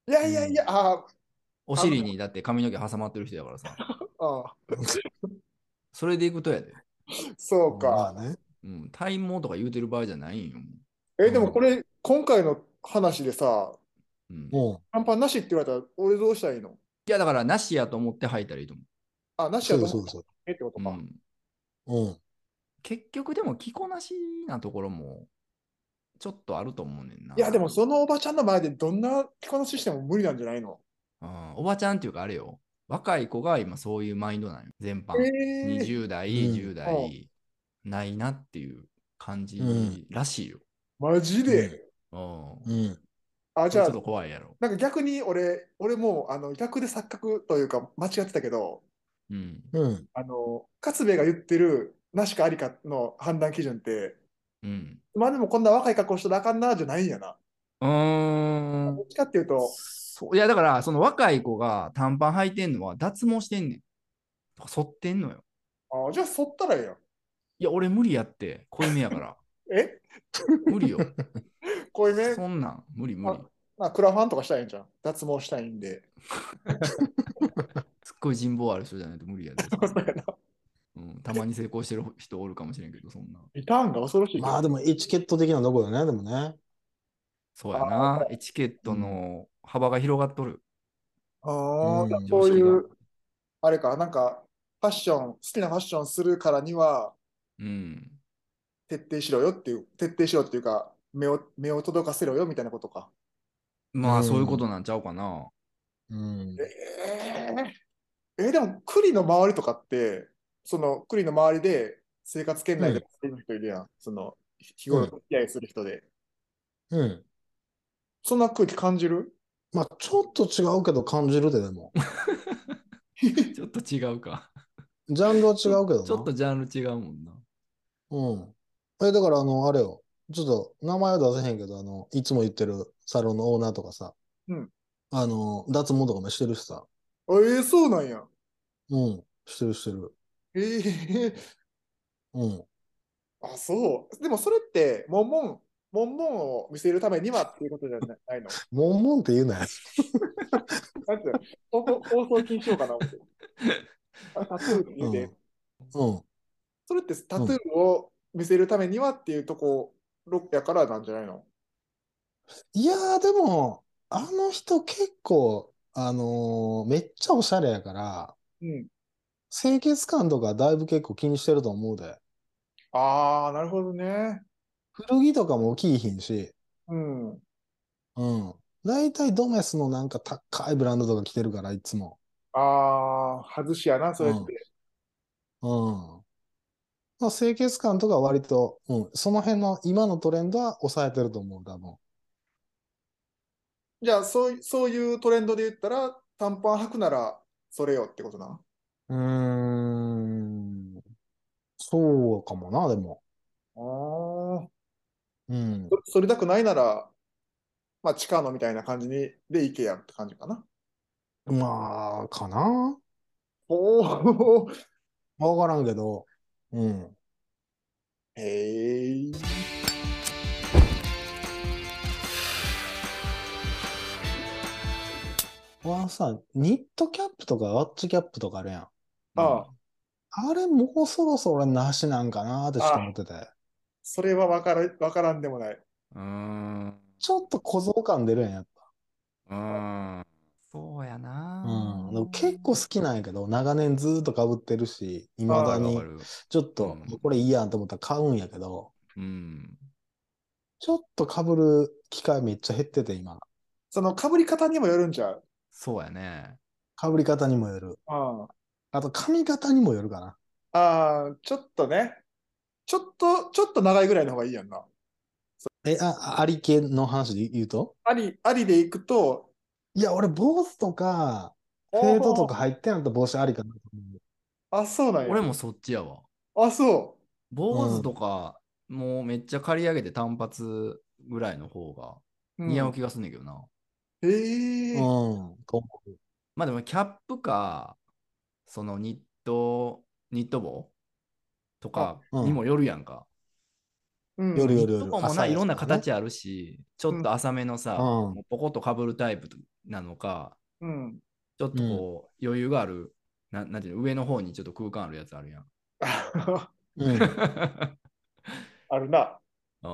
[SPEAKER 2] いやいやいや、あ
[SPEAKER 1] お尻にだって髪の毛挟まってる人やからさ。
[SPEAKER 2] ーあ
[SPEAKER 1] それでいくとやで。
[SPEAKER 2] ー、そう
[SPEAKER 3] まあ
[SPEAKER 2] か。
[SPEAKER 3] ね。
[SPEAKER 1] うん、体毛とか言うてる場合じゃないんよ。も
[SPEAKER 2] え、でもこれ、今回の話でさ、
[SPEAKER 1] ううん、い
[SPEAKER 3] うん。
[SPEAKER 2] 短パンなしって言われたら、俺どうしたらいいの
[SPEAKER 1] や、だから、なしやと思って吐いたらいいと思
[SPEAKER 2] あ、なし
[SPEAKER 3] そ
[SPEAKER 2] や
[SPEAKER 3] う
[SPEAKER 2] と
[SPEAKER 3] よそう
[SPEAKER 2] 思
[SPEAKER 3] よそう
[SPEAKER 2] えってこと
[SPEAKER 1] う。う
[SPEAKER 2] か。
[SPEAKER 1] ん、
[SPEAKER 3] よ。
[SPEAKER 1] 結局、でも、着こなしなところも、ちょっとあると思うねんな。
[SPEAKER 2] いや、でもそのおばちゃんの前でどんな着こなししても無理なんじゃないの
[SPEAKER 1] うんおばちゃんっていうかあれよ。若い子が今そういうマインドなんよ。全般。
[SPEAKER 2] えー、
[SPEAKER 1] 20代、
[SPEAKER 3] うん
[SPEAKER 1] 10代、ないなっていう感じ
[SPEAKER 3] うん
[SPEAKER 1] らしいよ。
[SPEAKER 2] マジで。
[SPEAKER 1] うん。
[SPEAKER 3] うん。うん。
[SPEAKER 2] あ、
[SPEAKER 1] ち
[SPEAKER 2] じ
[SPEAKER 1] ょ
[SPEAKER 2] ゃ
[SPEAKER 1] っ
[SPEAKER 2] あ
[SPEAKER 1] と、怖いやろ。
[SPEAKER 2] なんか逆に俺、俺もうあの逆で錯覚というか間違ってたけど、
[SPEAKER 1] うん。
[SPEAKER 3] うん。
[SPEAKER 2] あの、勝部が言ってるなしかありかの判断基準って、
[SPEAKER 1] うん。
[SPEAKER 2] まあでもこんな若い格好したらあかんなじゃないんやな。
[SPEAKER 1] うーん
[SPEAKER 2] どっ。ちかっていうと、
[SPEAKER 1] そういや、だから、その若い子が短パン履いてんのは脱毛してんねん。とか剃ってんのよ。
[SPEAKER 2] あじゃあ剃ったらええやん。
[SPEAKER 1] いや、俺無理やって。濃いめや から。
[SPEAKER 2] え
[SPEAKER 1] 無理よ。
[SPEAKER 2] こういうね、
[SPEAKER 1] そんなん、無理無理
[SPEAKER 2] あ。まあ、クラファンとかしたらええんじゃん。脱毛したいんで。
[SPEAKER 1] すっごい人望ある人じゃないと無理やで。
[SPEAKER 2] そうやな
[SPEAKER 1] うん、たまに成功してる人おるかもしれんけど、そんな。
[SPEAKER 2] リターンが恐ろしいけど。
[SPEAKER 3] まあでもエチケット的なとこよね、でもね。
[SPEAKER 1] そうやな。エチケットの幅が広がっとる。
[SPEAKER 2] あ
[SPEAKER 3] う
[SPEAKER 2] あ、
[SPEAKER 3] ん
[SPEAKER 2] じゃあそういう、あれか、なんか、ファッション、好きなファッションするからには、
[SPEAKER 1] うん。
[SPEAKER 2] 徹底しろよっていう、徹底しろっていうか、目を、目を届かせろよみたいなことか。
[SPEAKER 1] ま
[SPEAKER 3] う
[SPEAKER 1] あ、
[SPEAKER 3] ん
[SPEAKER 1] そういうことなんちゃうかな。
[SPEAKER 3] うん。
[SPEAKER 2] えーえでも、栗の周りとかって、その栗の周りで生活圏内で稼いでる人いるやん。その日日頃
[SPEAKER 3] うん
[SPEAKER 2] 付き合いする人で。
[SPEAKER 3] うん。
[SPEAKER 2] そんな空気感じる
[SPEAKER 3] まあ、ちょっと違うけど感じるで、でも。
[SPEAKER 1] ちょっと違うか。
[SPEAKER 3] ジャンルは違うけどな。
[SPEAKER 1] ちょっとジャンル違うもんな。
[SPEAKER 3] うん。え、だから、あの、あれよ。ちょっと、名前は出せへんけど、あの、いつも言ってるサロンのオーナーとかさ。
[SPEAKER 2] うん
[SPEAKER 3] あの、脱毛とかもしてるしさ。
[SPEAKER 2] えー、そうなんや。
[SPEAKER 3] うん。してるしてる。
[SPEAKER 2] えー、
[SPEAKER 3] うん。
[SPEAKER 2] あ、そう。でもそれって、モンモン、モンモンを見せるためにはっていうことじゃなないの。
[SPEAKER 3] モンモンって言うなよ。
[SPEAKER 2] なんていうの放送放送禁止しようかな思 って。あタトゥーって言うて、
[SPEAKER 3] うんうん。
[SPEAKER 2] それってタトゥーを見せるためにはっていうところやからなんじゃないの
[SPEAKER 3] いやー、でも、あの人結構、あのーめっちゃおしゃれやから、
[SPEAKER 2] うん。
[SPEAKER 3] 清潔感とかだいぶ結構気にしてると思うで。
[SPEAKER 2] ああ、なるほどね。
[SPEAKER 3] 古着とかも着いひんし、
[SPEAKER 2] うん。
[SPEAKER 3] うん。だいたいドメスのなんか高いブランドとか着てるから、いつも。
[SPEAKER 2] ああ、外しやな、そうやって。
[SPEAKER 3] うん。まあ、清潔感とかは割と、うん、その辺の今のトレンドは抑えてると思う、多分。
[SPEAKER 2] じゃあそうい、そういうトレンドで言ったら、短パン履くなら、それよってことな。
[SPEAKER 3] うーん。そうかもな、でも。
[SPEAKER 2] ああ。
[SPEAKER 3] うん。
[SPEAKER 2] それたくないなら、まあ、地下のみたいな感じにで行けやって感じかな。
[SPEAKER 3] まあ、かな。
[SPEAKER 2] おお。
[SPEAKER 3] わからんけど。うん。
[SPEAKER 2] へえ。
[SPEAKER 3] わさ、ニットキャップとかワッチキャップとかあるやん。
[SPEAKER 2] ああ、
[SPEAKER 3] あれもうそろそろなしなんかなーってちょっと思ってて。
[SPEAKER 2] それはわからわからんでもない。
[SPEAKER 1] うん。う
[SPEAKER 3] ちょっと小僧感出るやん、やっぱ。
[SPEAKER 1] ーん。うーん。そうやな。
[SPEAKER 3] うん。でも結構好きなんやけど、長年ずーっと被ってるし、未だ
[SPEAKER 1] わ
[SPEAKER 3] に
[SPEAKER 1] かる。
[SPEAKER 3] ちょっと
[SPEAKER 1] うん
[SPEAKER 3] これいいやんと思ったら買うんやけど、
[SPEAKER 1] うん。
[SPEAKER 3] ちょっと被る機会めっちゃ減ってて今。
[SPEAKER 2] そのかぶり方にもよるんちゃう。
[SPEAKER 1] そうやね。
[SPEAKER 3] 被り方にもよる。
[SPEAKER 2] あ
[SPEAKER 3] あと髪型にもよるかな。
[SPEAKER 2] あ、ああちょっとね。ちょっと、ちょっと長いぐらいの方がいいやんな。
[SPEAKER 3] え、あ、あり系の話で言うと
[SPEAKER 2] あり、ありで行くと、
[SPEAKER 3] いや、俺坊主とか、フェードと
[SPEAKER 2] お
[SPEAKER 3] か
[SPEAKER 2] ー。
[SPEAKER 3] 入ってんのと帽子ありかなと思う。
[SPEAKER 2] あ、そうなんや。
[SPEAKER 1] 俺もそっちやわ。
[SPEAKER 2] あ、そ
[SPEAKER 1] 坊主とか、もうめっちゃ刈り上げて単発ぐらいの方が
[SPEAKER 2] う。
[SPEAKER 1] 似合う気がすんねんけどな。
[SPEAKER 2] うんへえ。
[SPEAKER 3] うん、と思う。
[SPEAKER 1] まあでもキャップか、そのニット、ニット帽とか
[SPEAKER 3] あうん
[SPEAKER 1] にもよるやんか。
[SPEAKER 2] うん
[SPEAKER 3] よるよる
[SPEAKER 1] ニット帽も
[SPEAKER 3] 浅
[SPEAKER 1] ないい
[SPEAKER 3] やつ
[SPEAKER 1] ろんな
[SPEAKER 3] とかね
[SPEAKER 1] 形あるし、ちょっと浅めのさ、
[SPEAKER 3] うん
[SPEAKER 1] もうポコッとかぶるタイプなのか、
[SPEAKER 2] うん。
[SPEAKER 1] ちょっとこう、余裕がある、ななんていうの、上の方にちょっと空間あるやつあるやん。
[SPEAKER 3] うん。
[SPEAKER 2] あるな。
[SPEAKER 1] うん、あ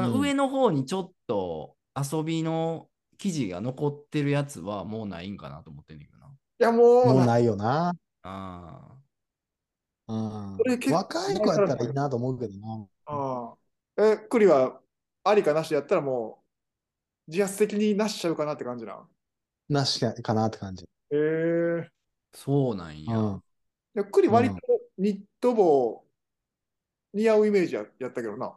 [SPEAKER 1] の
[SPEAKER 3] うん
[SPEAKER 1] 上の方にちょっと遊びの記事が残ってるやつはもうないんかなと思ってんねんけどな。
[SPEAKER 2] いや、もう、
[SPEAKER 3] もうないよな。
[SPEAKER 1] あ
[SPEAKER 3] うん
[SPEAKER 2] それ結構
[SPEAKER 3] 若い子やったらいいなと思うけどな。
[SPEAKER 2] ああ。え、栗はありかなしでやったらもう、自発的になしちゃうかなって感じなん。
[SPEAKER 3] なしかかなって感じ。
[SPEAKER 2] ええ。
[SPEAKER 1] あ、そうなんや。
[SPEAKER 3] うん。
[SPEAKER 2] で栗割とニット帽似合うイメージややったけどな。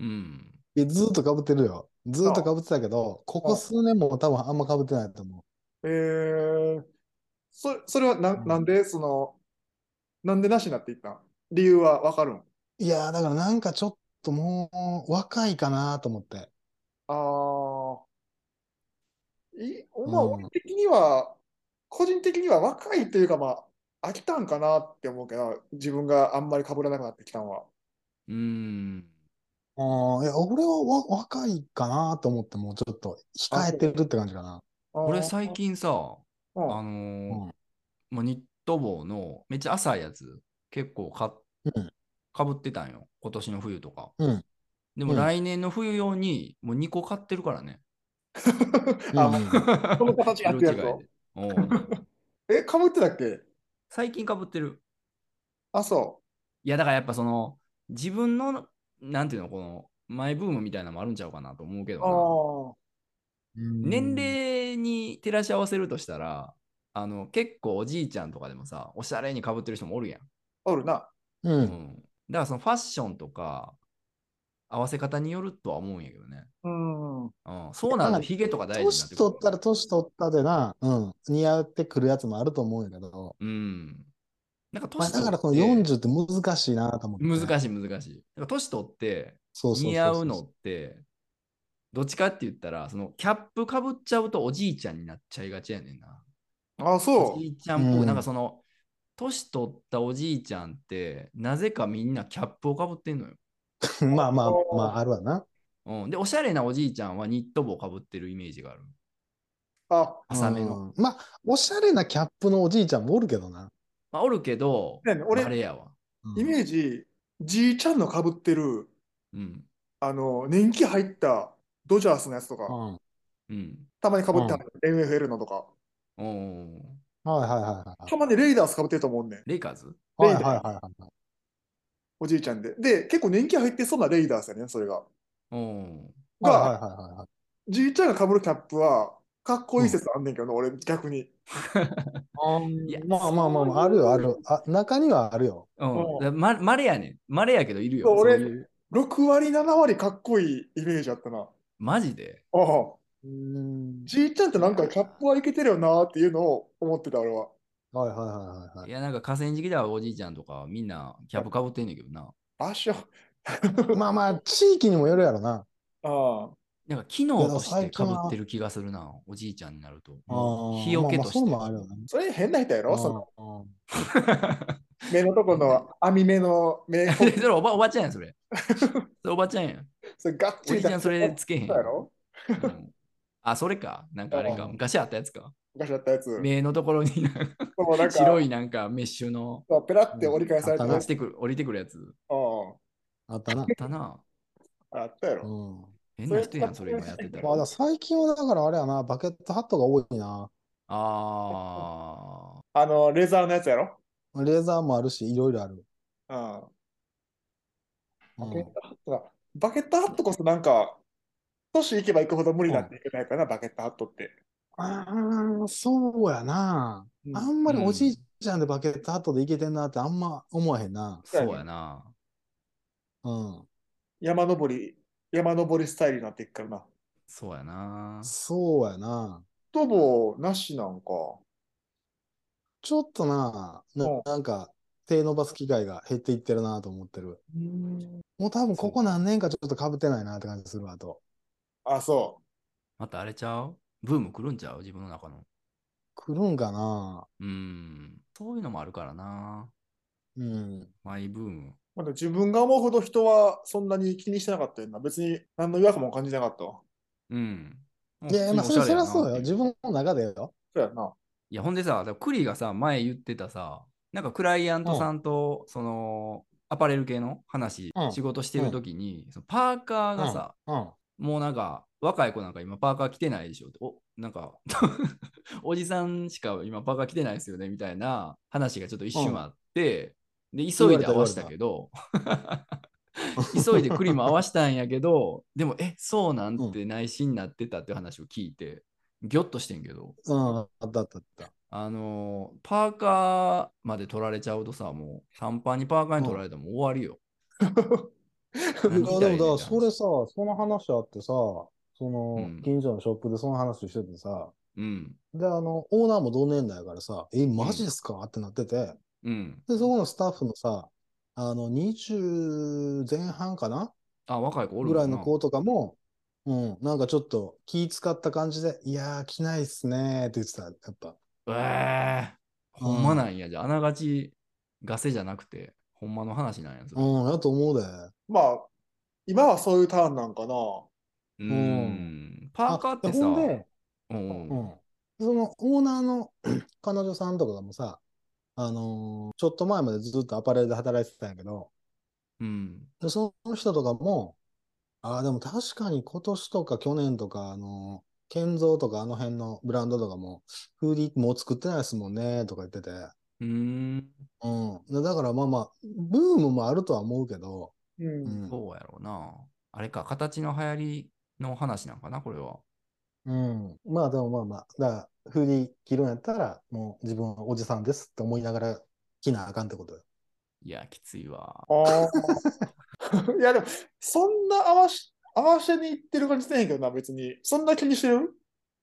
[SPEAKER 1] うん。
[SPEAKER 3] えずーっと被ってるよ。ずーっと被ってたけど、ここ数年も多分あんま被ってないと思う。
[SPEAKER 2] ええ。そそれはな
[SPEAKER 3] うん
[SPEAKER 2] なんで、その、なんでなしになっていったん理由はわかるん
[SPEAKER 3] いやー、だからなんかちょっともう若いかなと思って。
[SPEAKER 2] ああ。い、おまあ、
[SPEAKER 3] うん
[SPEAKER 2] 俺的には、個人的には若いというか、まあ、飽きたんかなって思うけど、自分があんまり被らなくなってきたんは。
[SPEAKER 1] うん。
[SPEAKER 3] あーいや、俺はわ若いかなと思って、もうちょっと控えてるって感じかな。
[SPEAKER 1] 俺最近さ、あ
[SPEAKER 2] うん、
[SPEAKER 1] のー
[SPEAKER 3] うん
[SPEAKER 1] まあニット帽のめっちゃ浅いやつ結構か
[SPEAKER 3] うん
[SPEAKER 1] かぶってたんよ。今年の冬とか。
[SPEAKER 3] うん
[SPEAKER 1] でも
[SPEAKER 3] うん
[SPEAKER 1] 来年の冬用にもう2個買ってるからね。
[SPEAKER 2] あ
[SPEAKER 3] うんうん
[SPEAKER 2] この形やってるやつを
[SPEAKER 1] 色違いでう ん
[SPEAKER 2] え、かぶってたっけ
[SPEAKER 1] 最近かぶってる。
[SPEAKER 2] あ、そ
[SPEAKER 1] いやだからやっぱその自分のなんていうのこのマイブームみたいなのもあるんちゃうかなと思うけ
[SPEAKER 2] う。
[SPEAKER 1] ど
[SPEAKER 2] あ
[SPEAKER 1] な年齢に照らし合わせるとしたらあの結構おじいちゃんとかでもさおしゃれにかぶってる人もおるやん
[SPEAKER 2] おるな。
[SPEAKER 3] う。
[SPEAKER 1] うんん。だからそのファッションとか、合わせ方によるとは思うんやけどね。
[SPEAKER 2] うん。
[SPEAKER 1] うん、そうなん
[SPEAKER 3] ま
[SPEAKER 1] だ、
[SPEAKER 3] あ
[SPEAKER 1] ヒゲとか大事にな
[SPEAKER 3] 年
[SPEAKER 1] てくる
[SPEAKER 3] 取ったら年取ったでな、うん、似合ってくるやつもあると思うんやけど、
[SPEAKER 1] うん。なんか年取って、
[SPEAKER 3] まあ、だからこの40って難しいなと思って、
[SPEAKER 1] 難
[SPEAKER 3] し
[SPEAKER 1] し
[SPEAKER 3] い。
[SPEAKER 1] い難しい。だから年取って
[SPEAKER 3] そうそうそうそう
[SPEAKER 1] 似合うのって、どっちかって言ったら、そのキャップかぶっちゃうとおじいちゃんになっちゃいがちやねんな。
[SPEAKER 2] あ、
[SPEAKER 1] お
[SPEAKER 2] そ
[SPEAKER 1] じいちゃんっぽく、
[SPEAKER 3] うん
[SPEAKER 1] なんかその、年取ったおじいちゃんって、なぜかみんなキャップをかぶってんのよ。
[SPEAKER 3] まあまあまああるわな。
[SPEAKER 1] うん、で、おしゃれなおじいちゃんはニット帽をかぶってるイメージがある。
[SPEAKER 2] う。あ、
[SPEAKER 1] 浅めの。
[SPEAKER 3] うんまあ、おしゃれなキャップのおじいちゃんもおるけどな。
[SPEAKER 1] まあ、おるけど、
[SPEAKER 2] ね俺
[SPEAKER 1] あれやわ。
[SPEAKER 3] うん
[SPEAKER 2] イメージ、じいちゃんのかぶってる、
[SPEAKER 1] うん。
[SPEAKER 2] あの、年季入ったドジャースのやつとか、
[SPEAKER 3] うん
[SPEAKER 1] うん。
[SPEAKER 2] たまにかぶってはる、NFL のとか、
[SPEAKER 1] おー
[SPEAKER 3] はいはいはいはい。
[SPEAKER 2] たまにレイダースかぶってると思うねん。
[SPEAKER 1] レイカーズ
[SPEAKER 3] はいはいはいはいはい。
[SPEAKER 2] おじいちゃんで。で、結構年季入ってそうなレイダースやねん、それが。
[SPEAKER 1] おー
[SPEAKER 2] が、
[SPEAKER 3] はいはいはいはいはい。
[SPEAKER 2] じいちゃんがかぶるキャップは、かっこいい説あんねんけどな、俺、逆に。
[SPEAKER 1] いや
[SPEAKER 3] まあまあまあまあ、あるよあるよ。あ、中にはあるよ。
[SPEAKER 1] う
[SPEAKER 2] うん
[SPEAKER 1] ん、だままれやねん。まれやけどいるよ。
[SPEAKER 2] そう俺
[SPEAKER 1] そういう
[SPEAKER 2] 6割、7割かっこいいイメージあったな。あ
[SPEAKER 1] マジで
[SPEAKER 2] あ
[SPEAKER 3] うん。
[SPEAKER 2] じいちゃんってなんかキャップはいけてるよなっていうのを思ってた、俺は。
[SPEAKER 3] はいはいはいはいい
[SPEAKER 1] や、なんか河川敷ではおじいちゃんとかみんなキャップかぶってんねんけどな。
[SPEAKER 2] 場所。
[SPEAKER 3] はい。まあまあ、地域にもよるやろな。
[SPEAKER 2] あ
[SPEAKER 1] なんか機能としてかぶってる気がするな、おじいちゃんになると。
[SPEAKER 3] ああ
[SPEAKER 1] 日よけとして。
[SPEAKER 3] まあまあ、それもあるよね。
[SPEAKER 2] それ変な人やろその
[SPEAKER 3] うんうん
[SPEAKER 2] 目のとこの網目の目
[SPEAKER 1] それおばおばちゃんやん、 それ。それおばちゃんやん。
[SPEAKER 2] それがっ
[SPEAKER 1] お
[SPEAKER 2] ち
[SPEAKER 1] じ
[SPEAKER 2] り
[SPEAKER 1] いちゃんそれつけへん。
[SPEAKER 2] そうやろ
[SPEAKER 1] うんあ、それか。なんかあれか。
[SPEAKER 3] うん
[SPEAKER 1] 昔あったやつか。
[SPEAKER 2] 昔やったやつ。
[SPEAKER 1] 目のところになんか
[SPEAKER 2] もうなんか
[SPEAKER 1] 白いなんかメッシュの
[SPEAKER 2] そうペラって折り返されて
[SPEAKER 3] うん
[SPEAKER 1] 落
[SPEAKER 2] ね
[SPEAKER 1] ちてくる、降りてくるやつ。
[SPEAKER 2] うん
[SPEAKER 3] あったな
[SPEAKER 1] あっ。たな。
[SPEAKER 2] あったやろ。
[SPEAKER 3] うん。
[SPEAKER 1] 変な人やん、それ今やってた
[SPEAKER 3] まあ、だから
[SPEAKER 1] ら。
[SPEAKER 3] 最近はだからあれやな、バケットハットが多いな。
[SPEAKER 1] あ
[SPEAKER 2] あの、レザーのやつやろ。
[SPEAKER 3] レーザーもあるし、いろいろある。
[SPEAKER 2] うん
[SPEAKER 3] う
[SPEAKER 2] バケッ
[SPEAKER 3] ん
[SPEAKER 2] トハットがバケットハットこそなんか、年いけばいくほど無理なっていけないかな、バケットハットって。
[SPEAKER 3] ああ、そうやな。あんまりおじいちゃんでバケットハットでいけてんなってあんま思わへん
[SPEAKER 1] あ、。
[SPEAKER 3] な
[SPEAKER 1] そうやな。
[SPEAKER 3] うん。
[SPEAKER 2] 山登り、山登りスタイルになっていくからな。
[SPEAKER 1] そうやな。
[SPEAKER 3] そうやな。
[SPEAKER 2] とぼなしなんか。
[SPEAKER 3] ちょっとな、
[SPEAKER 2] うん
[SPEAKER 3] ななんか手伸ばす機会が減っていってるなと思ってる。もう多分ここ何年かちょっと被ってないなって感じするわと。
[SPEAKER 2] あ、そ
[SPEAKER 1] またあれちゃうブーム来るんちゃう自分の中の。
[SPEAKER 3] 来るんかな。
[SPEAKER 1] うーん。そういうのもあるからな。
[SPEAKER 3] うん。
[SPEAKER 1] マイブーム。
[SPEAKER 2] う。まだ自分が思うほど人はそんなに気にしてなかったよな。別に何の違和感も感じなかったわ。
[SPEAKER 1] うん。
[SPEAKER 3] いや、まあそれそりゃそうよ。
[SPEAKER 1] 自
[SPEAKER 3] 自
[SPEAKER 1] 分。
[SPEAKER 3] 分の中でよ。
[SPEAKER 2] そうやな。
[SPEAKER 1] いや、ほんでさ、だからクリがさ、前言ってたさ、なんかクライアントさんと、その、アパレル系の話、
[SPEAKER 3] うん
[SPEAKER 1] 仕事してる時に、そのパーカーがさ、
[SPEAKER 3] うん。
[SPEAKER 1] もうなんか、若い子なんか今パーカー着てないでしょって、お、なんか、 おじさんしか今パーカー着てないですよね、みたいな話がちょっと一瞬あって、で、急いで合わしたけど、急いでクリも合わしたんやけ ど、でも、え、そうなんて内心になってたって話を聞いて、ギョッとしてんけど、
[SPEAKER 3] うん。あったあったあ った。
[SPEAKER 1] あのーパーカーまで取られちゃうとさ、もう短パンにパーカーに取られたらもう終わりよ。
[SPEAKER 3] いやでもだから
[SPEAKER 1] そ
[SPEAKER 3] それさ、その話あってさ、その
[SPEAKER 1] うん
[SPEAKER 3] 近所のショップでその話しててさ、
[SPEAKER 1] うん、
[SPEAKER 3] で、あの、オーナーも同年代やからさ、え、マジですかってなってて、
[SPEAKER 1] うん。
[SPEAKER 3] で、そこのスタッフのさ、あの、20前半かな
[SPEAKER 1] あ、若い子おる
[SPEAKER 3] ぐ
[SPEAKER 1] もん
[SPEAKER 3] ら
[SPEAKER 1] ない
[SPEAKER 3] の子とかも、うん、なんかちょっと気使った感じで、いやー、着ないっすねーって言ってた、やっぱ。
[SPEAKER 1] ええほんまなんや、じゃあ、あながち、ガセじゃなくて、ほんまの話なんや、それ。
[SPEAKER 3] うん、やと思うで。
[SPEAKER 2] まあ、今はそういうターンなんかな。
[SPEAKER 1] う
[SPEAKER 3] うん
[SPEAKER 1] ん。パーカーって
[SPEAKER 3] あ
[SPEAKER 1] さ、
[SPEAKER 3] ほんで、
[SPEAKER 1] うん
[SPEAKER 3] うん。そのオーナーの 彼女さんとかがもさ、あのーちょっと前までずっとアパレルで働いてたんやけど、
[SPEAKER 1] うん。
[SPEAKER 3] でその人とかも、ああ、でも確かに今年とか去年とか、あのー、建造とかあの辺のブランドとかも、フーディーもう作ってないですもんね、とか言ってて。
[SPEAKER 1] うん。
[SPEAKER 3] うん。でだからまあまあ、ブームもあるとは思うけど、
[SPEAKER 2] う。
[SPEAKER 3] うんん。
[SPEAKER 1] そうやろうな。あれか、形の流行りの話なんかな、これは。
[SPEAKER 3] うん。まあでもまあまあ、だから、フーディー着るんやったら、もう自分はおじさんですって思いながら着なあかんってことよ。
[SPEAKER 1] いや、きついわ。
[SPEAKER 2] あ あ。いや、でも、そんな合わし、合わせに行ってる感じせえへんけどな、別に。そんな気にしてる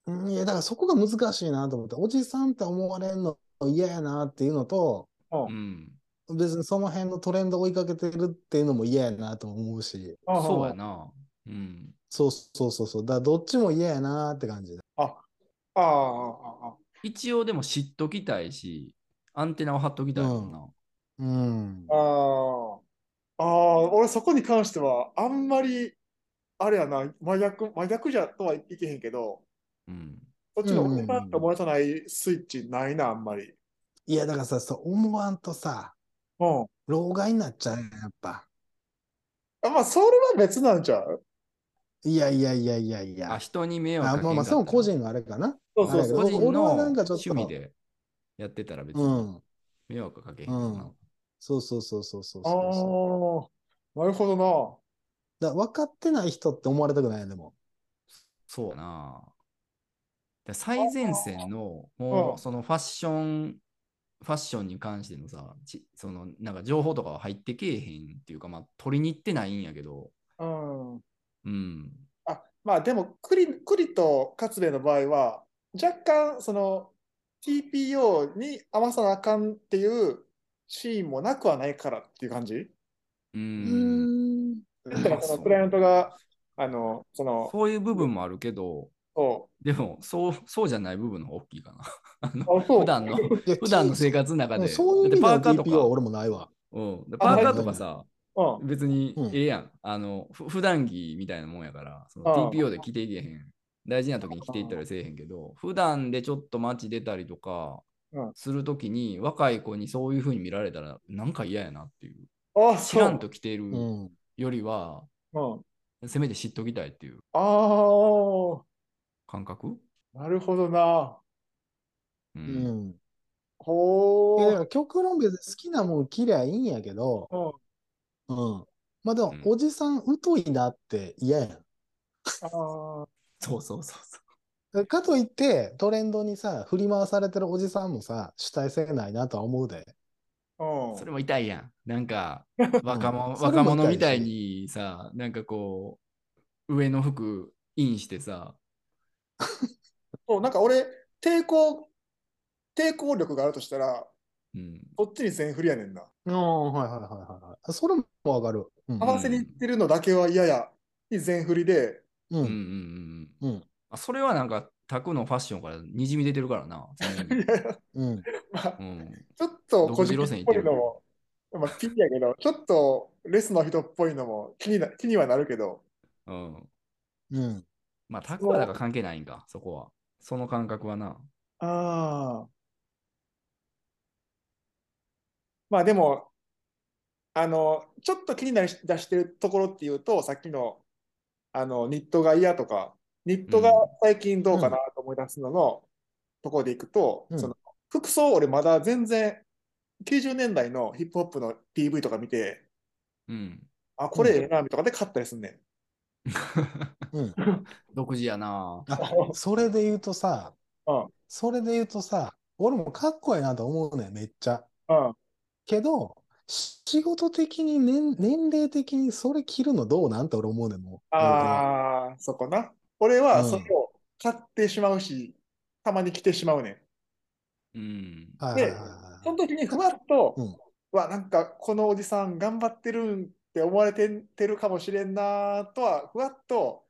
[SPEAKER 3] うん、いや、だからそこが難しいなと思って、おじさんって思われるの嫌やなっていうのと、
[SPEAKER 1] うん。
[SPEAKER 3] 別にその辺のトレンド追いかけてるっていうのも嫌やなとも思うし、
[SPEAKER 1] そうや。な。うん。
[SPEAKER 3] そうそうそうそう、だからどっちも嫌やなって感じだ。
[SPEAKER 2] ああ、ああ、
[SPEAKER 1] 一応でも知っときたいし、アンテナを張っときたいもんな。
[SPEAKER 3] うん。
[SPEAKER 2] ああ。ああ、俺そこに関しては、あんまり、あれやな、真逆、真逆じゃとは言ってへんけど、
[SPEAKER 1] うん。
[SPEAKER 2] そっちの
[SPEAKER 3] うんうんうん
[SPEAKER 2] 俺なんか漏らさないスイッチないな、あんまり。
[SPEAKER 3] いや、だからさ、そう思わんとさ、
[SPEAKER 2] うん。
[SPEAKER 3] 老害になっちゃうやんやっぱ。
[SPEAKER 2] あまあ、それは別なんちゃう
[SPEAKER 3] いやいやいやいやいや。
[SPEAKER 1] あ、人に迷惑
[SPEAKER 3] あ
[SPEAKER 1] かけん
[SPEAKER 3] ま
[SPEAKER 1] か
[SPEAKER 3] あまあ、
[SPEAKER 1] った
[SPEAKER 3] そ
[SPEAKER 1] ら
[SPEAKER 3] の個人のあれかな。
[SPEAKER 2] そう
[SPEAKER 3] そうそう
[SPEAKER 1] 個人
[SPEAKER 3] 俺
[SPEAKER 1] の
[SPEAKER 3] はなんかちょっと
[SPEAKER 1] 趣味でやってたら別
[SPEAKER 3] う
[SPEAKER 1] に
[SPEAKER 3] ん。
[SPEAKER 1] 迷惑かけへんよな。
[SPEAKER 3] うんそうそうそうそうそう
[SPEAKER 2] ああ
[SPEAKER 3] そう。
[SPEAKER 2] ー、なるほどな。
[SPEAKER 3] だから分かってない人って思われたくないよでも。
[SPEAKER 1] そうやな。だ最前線の、も
[SPEAKER 2] うん
[SPEAKER 1] うそのファッション、ファッションに関してのさ、ちそのなんか情報とかは入ってけえへんっていうか、まあ取りに行ってないんやけど、
[SPEAKER 2] うん。
[SPEAKER 1] うん。
[SPEAKER 2] あ、まあでも、栗、栗と勝兵衛の場合は、若干、その、TPO に合わさなあかんっていうシーンもなくはないからっていう感じ
[SPEAKER 1] う。
[SPEAKER 3] うんん。
[SPEAKER 2] だからそ
[SPEAKER 1] そ
[SPEAKER 2] の
[SPEAKER 1] う
[SPEAKER 2] クライアントが、あの、その、
[SPEAKER 1] そういう部分もあるけど、
[SPEAKER 2] そ
[SPEAKER 1] でも、そう、そうじゃない部分の方が大きいかな。あの
[SPEAKER 2] う。あ、そう。
[SPEAKER 1] 普段の、
[SPEAKER 3] いや
[SPEAKER 1] 普段の生活の中
[SPEAKER 3] うん
[SPEAKER 1] で。
[SPEAKER 3] そういう
[SPEAKER 1] だっ
[SPEAKER 3] 意味
[SPEAKER 1] て
[SPEAKER 3] で
[SPEAKER 1] パ
[SPEAKER 3] は
[SPEAKER 1] ーカーと
[SPEAKER 3] DPO は
[SPEAKER 1] か、
[SPEAKER 3] 俺もないわ。
[SPEAKER 1] うん、で
[SPEAKER 2] あ
[SPEAKER 1] パ
[SPEAKER 2] は
[SPEAKER 1] ー
[SPEAKER 2] い
[SPEAKER 1] カ
[SPEAKER 2] は
[SPEAKER 1] ー
[SPEAKER 2] い
[SPEAKER 1] とかさ、
[SPEAKER 2] うん。
[SPEAKER 1] 別に
[SPEAKER 3] うん
[SPEAKER 1] ええやん。あの、ふ普段着みたいなもんやから、その
[SPEAKER 2] ああ
[SPEAKER 1] TPO で着ていけへん。大事な時に着ていったりせえへんけど、普段でちょっと街出たりとか
[SPEAKER 2] うん
[SPEAKER 1] するときに、若い子にそういう風に見られたら、なんか嫌やなっていう。
[SPEAKER 2] あ、
[SPEAKER 1] 知ら
[SPEAKER 2] そ
[SPEAKER 1] ん
[SPEAKER 2] う。
[SPEAKER 1] と着てる
[SPEAKER 3] うん。
[SPEAKER 1] よりは、
[SPEAKER 2] うん。
[SPEAKER 1] せめて知っときたいっていう
[SPEAKER 2] あ
[SPEAKER 1] 感覚
[SPEAKER 2] あ、なるほどな。
[SPEAKER 1] う。
[SPEAKER 3] うんん。いやだ
[SPEAKER 2] ほ
[SPEAKER 3] か
[SPEAKER 2] う。
[SPEAKER 3] ら極論別に好きなもん切りゃいいんやけど、
[SPEAKER 2] うん。
[SPEAKER 3] うん。まあでも
[SPEAKER 1] うん、
[SPEAKER 3] おじさん疎いなって嫌やん。
[SPEAKER 2] ああ、
[SPEAKER 1] そうそうそうそ
[SPEAKER 3] かといって、トレンドにさ、振り回されてるおじさんもさ、主体性ないなとは思うで。
[SPEAKER 2] うん。
[SPEAKER 1] う。それも痛いやん。なんか、若者、
[SPEAKER 3] それも痛いし
[SPEAKER 1] 若者みたいにさ、なんかこう、上の服インしてさ、
[SPEAKER 2] そう、なんか俺、抵抗、抵抗力があるとしたら、
[SPEAKER 1] うん。
[SPEAKER 2] こっちに全振りやねんな。
[SPEAKER 3] うん、はいはいはいはい。それもわかる。うん
[SPEAKER 2] 合。わせに行ってるのだけは嫌や、に全振りで、
[SPEAKER 1] う
[SPEAKER 3] う
[SPEAKER 1] んうん
[SPEAKER 3] ん。
[SPEAKER 1] うん
[SPEAKER 3] うん
[SPEAKER 1] あそれはなんか、タクのファッションからにじみ出てるからな。その辺
[SPEAKER 3] うん。
[SPEAKER 2] まあ、
[SPEAKER 1] うん、
[SPEAKER 2] ちょっと
[SPEAKER 1] 独
[SPEAKER 2] 個
[SPEAKER 1] 自
[SPEAKER 2] 人
[SPEAKER 1] 路線
[SPEAKER 2] っ
[SPEAKER 1] 行っ
[SPEAKER 2] ぽ
[SPEAKER 1] て
[SPEAKER 2] い
[SPEAKER 1] る
[SPEAKER 2] のも、まあ、ピンやけど、ちょっとレスの人っぽいのも気にな、気にはなるけど、
[SPEAKER 1] うん。
[SPEAKER 3] うん。
[SPEAKER 1] まあ、タクはだから関係ないんか、そこは。その感覚はな。
[SPEAKER 2] ああ。まあでも、あの、ちょっと気になり出してるところっていうと、さっきの、あの、ニットが嫌とか、ニットが最近どうかなと思い出すののところでいくと、
[SPEAKER 3] うん
[SPEAKER 2] その、服装俺まだ全然、90年代のヒップホップの PV とか見て、
[SPEAKER 1] うん。
[SPEAKER 2] あ、これええな、とかで買ったりすんねん。
[SPEAKER 3] うん。
[SPEAKER 1] 独自やな。
[SPEAKER 3] あ、それで言うとさ
[SPEAKER 2] うん、
[SPEAKER 3] それで言うとさ、俺もかっこいいなと思うねん、めっちゃ。
[SPEAKER 2] うん。
[SPEAKER 3] けど、し仕事的に年、年齢的にそれ着るのどうなんて俺思うねん、もう。
[SPEAKER 2] ああ、そこな。俺は
[SPEAKER 3] うん
[SPEAKER 2] それを買ってしまうし、たまに着てしまうね
[SPEAKER 1] う
[SPEAKER 2] ん。
[SPEAKER 1] ん。
[SPEAKER 3] はいはいはいはい。
[SPEAKER 2] その時にふわっと、
[SPEAKER 3] うん
[SPEAKER 2] わ、なんかこのおじさん頑張ってるんって思われててるかもしれんなとは、ふわっと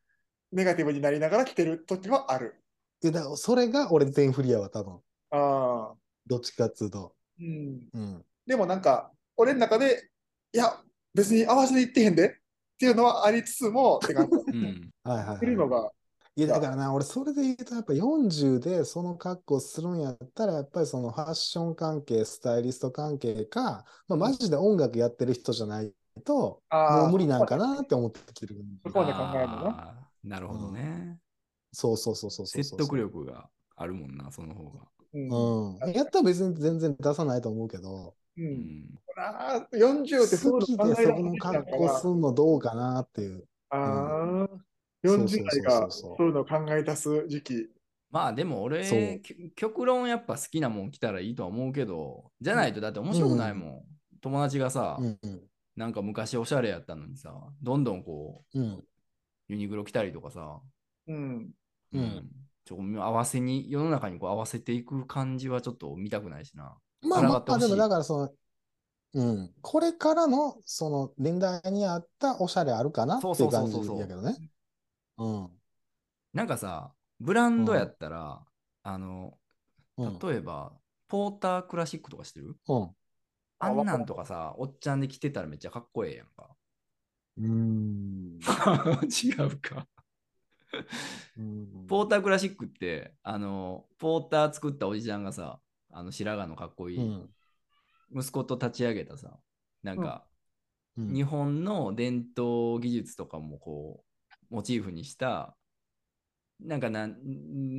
[SPEAKER 2] ネガティブになりながら着てる時はある。
[SPEAKER 3] いやだからそれが俺全振りやわ、多分。
[SPEAKER 2] あ
[SPEAKER 3] どっちかっつうと。
[SPEAKER 2] ーうん、
[SPEAKER 3] うん。
[SPEAKER 2] でもなんか、俺の中で、いや、別に合わせていってへんでっていうのはありつつも、って感じ
[SPEAKER 1] うん。
[SPEAKER 3] はいはい、はい。
[SPEAKER 2] てるのが、
[SPEAKER 3] いや、だからな、俺、それで言うと、やっぱ40でその格好するんやったら、やっぱりそのファッション関係、スタイリスト関係か、まあ、マジで音楽やってる人じゃないと、も
[SPEAKER 2] あ
[SPEAKER 3] う
[SPEAKER 2] あ、
[SPEAKER 3] 無理なんかなって思ってきてる。
[SPEAKER 2] そこまで考えるのな。
[SPEAKER 1] あーなるほどね。
[SPEAKER 3] そうそうそうそうそう
[SPEAKER 1] 説
[SPEAKER 3] そう。
[SPEAKER 1] 得。力があるもんな、その方が。
[SPEAKER 2] うん。
[SPEAKER 3] うん。やったら別に全然出さないと思うけど、
[SPEAKER 2] う
[SPEAKER 1] うんん。
[SPEAKER 2] ああ、40って
[SPEAKER 3] 好き
[SPEAKER 2] 考
[SPEAKER 3] で
[SPEAKER 2] え
[SPEAKER 3] そ
[SPEAKER 2] られ
[SPEAKER 3] この
[SPEAKER 2] な
[SPEAKER 3] 格
[SPEAKER 2] い
[SPEAKER 3] 好すんのどうかなっていう。
[SPEAKER 2] ああ、
[SPEAKER 3] うん
[SPEAKER 2] 40代
[SPEAKER 3] そうそうそう
[SPEAKER 2] が
[SPEAKER 3] そう
[SPEAKER 2] そういうのを考え出す時期。
[SPEAKER 1] まあでも
[SPEAKER 3] そう
[SPEAKER 1] 俺、き極論やっぱ好きなもん着たらいいとは思うけど、じゃないとだって面白くないもん。友達がさ、
[SPEAKER 3] うんうん
[SPEAKER 1] なんか昔おしゃれやったのにさ、どんどんこう、
[SPEAKER 3] うん
[SPEAKER 1] ユニクロ着たりとかさ、
[SPEAKER 2] うん。
[SPEAKER 3] うん
[SPEAKER 1] ちょ合わせに、世の中にこう合わせていく感じはちょっと見たくないしな。
[SPEAKER 3] まあ
[SPEAKER 1] 抗
[SPEAKER 3] ま
[SPEAKER 1] って
[SPEAKER 3] あ、
[SPEAKER 1] ほしい
[SPEAKER 3] でもだからその、うん、これからのその年代に合ったおしゃれあるかなって
[SPEAKER 1] そ
[SPEAKER 3] いうう
[SPEAKER 1] そうそ
[SPEAKER 3] 感
[SPEAKER 1] う
[SPEAKER 3] じ
[SPEAKER 1] そうそう
[SPEAKER 3] やけどね。うん。
[SPEAKER 1] なんかさ、ブランドやったら、あの、
[SPEAKER 3] うん。
[SPEAKER 1] 例えば、ポータークラシックとかしてる
[SPEAKER 2] あ
[SPEAKER 1] あんなんとかさ、おっちゃんで着てたらめっちゃかっこええやんか。
[SPEAKER 3] うん。
[SPEAKER 1] 違うか。
[SPEAKER 3] うん。
[SPEAKER 1] ポータークラシックって、あの、ポーター作ったおじちゃんがさ、あの白髪のかっこいい、
[SPEAKER 3] うん。
[SPEAKER 1] 息子と立ち上げたさ、なんか、
[SPEAKER 3] うん
[SPEAKER 1] 日本の伝統技術とかもこうモチーフにしたなんかなん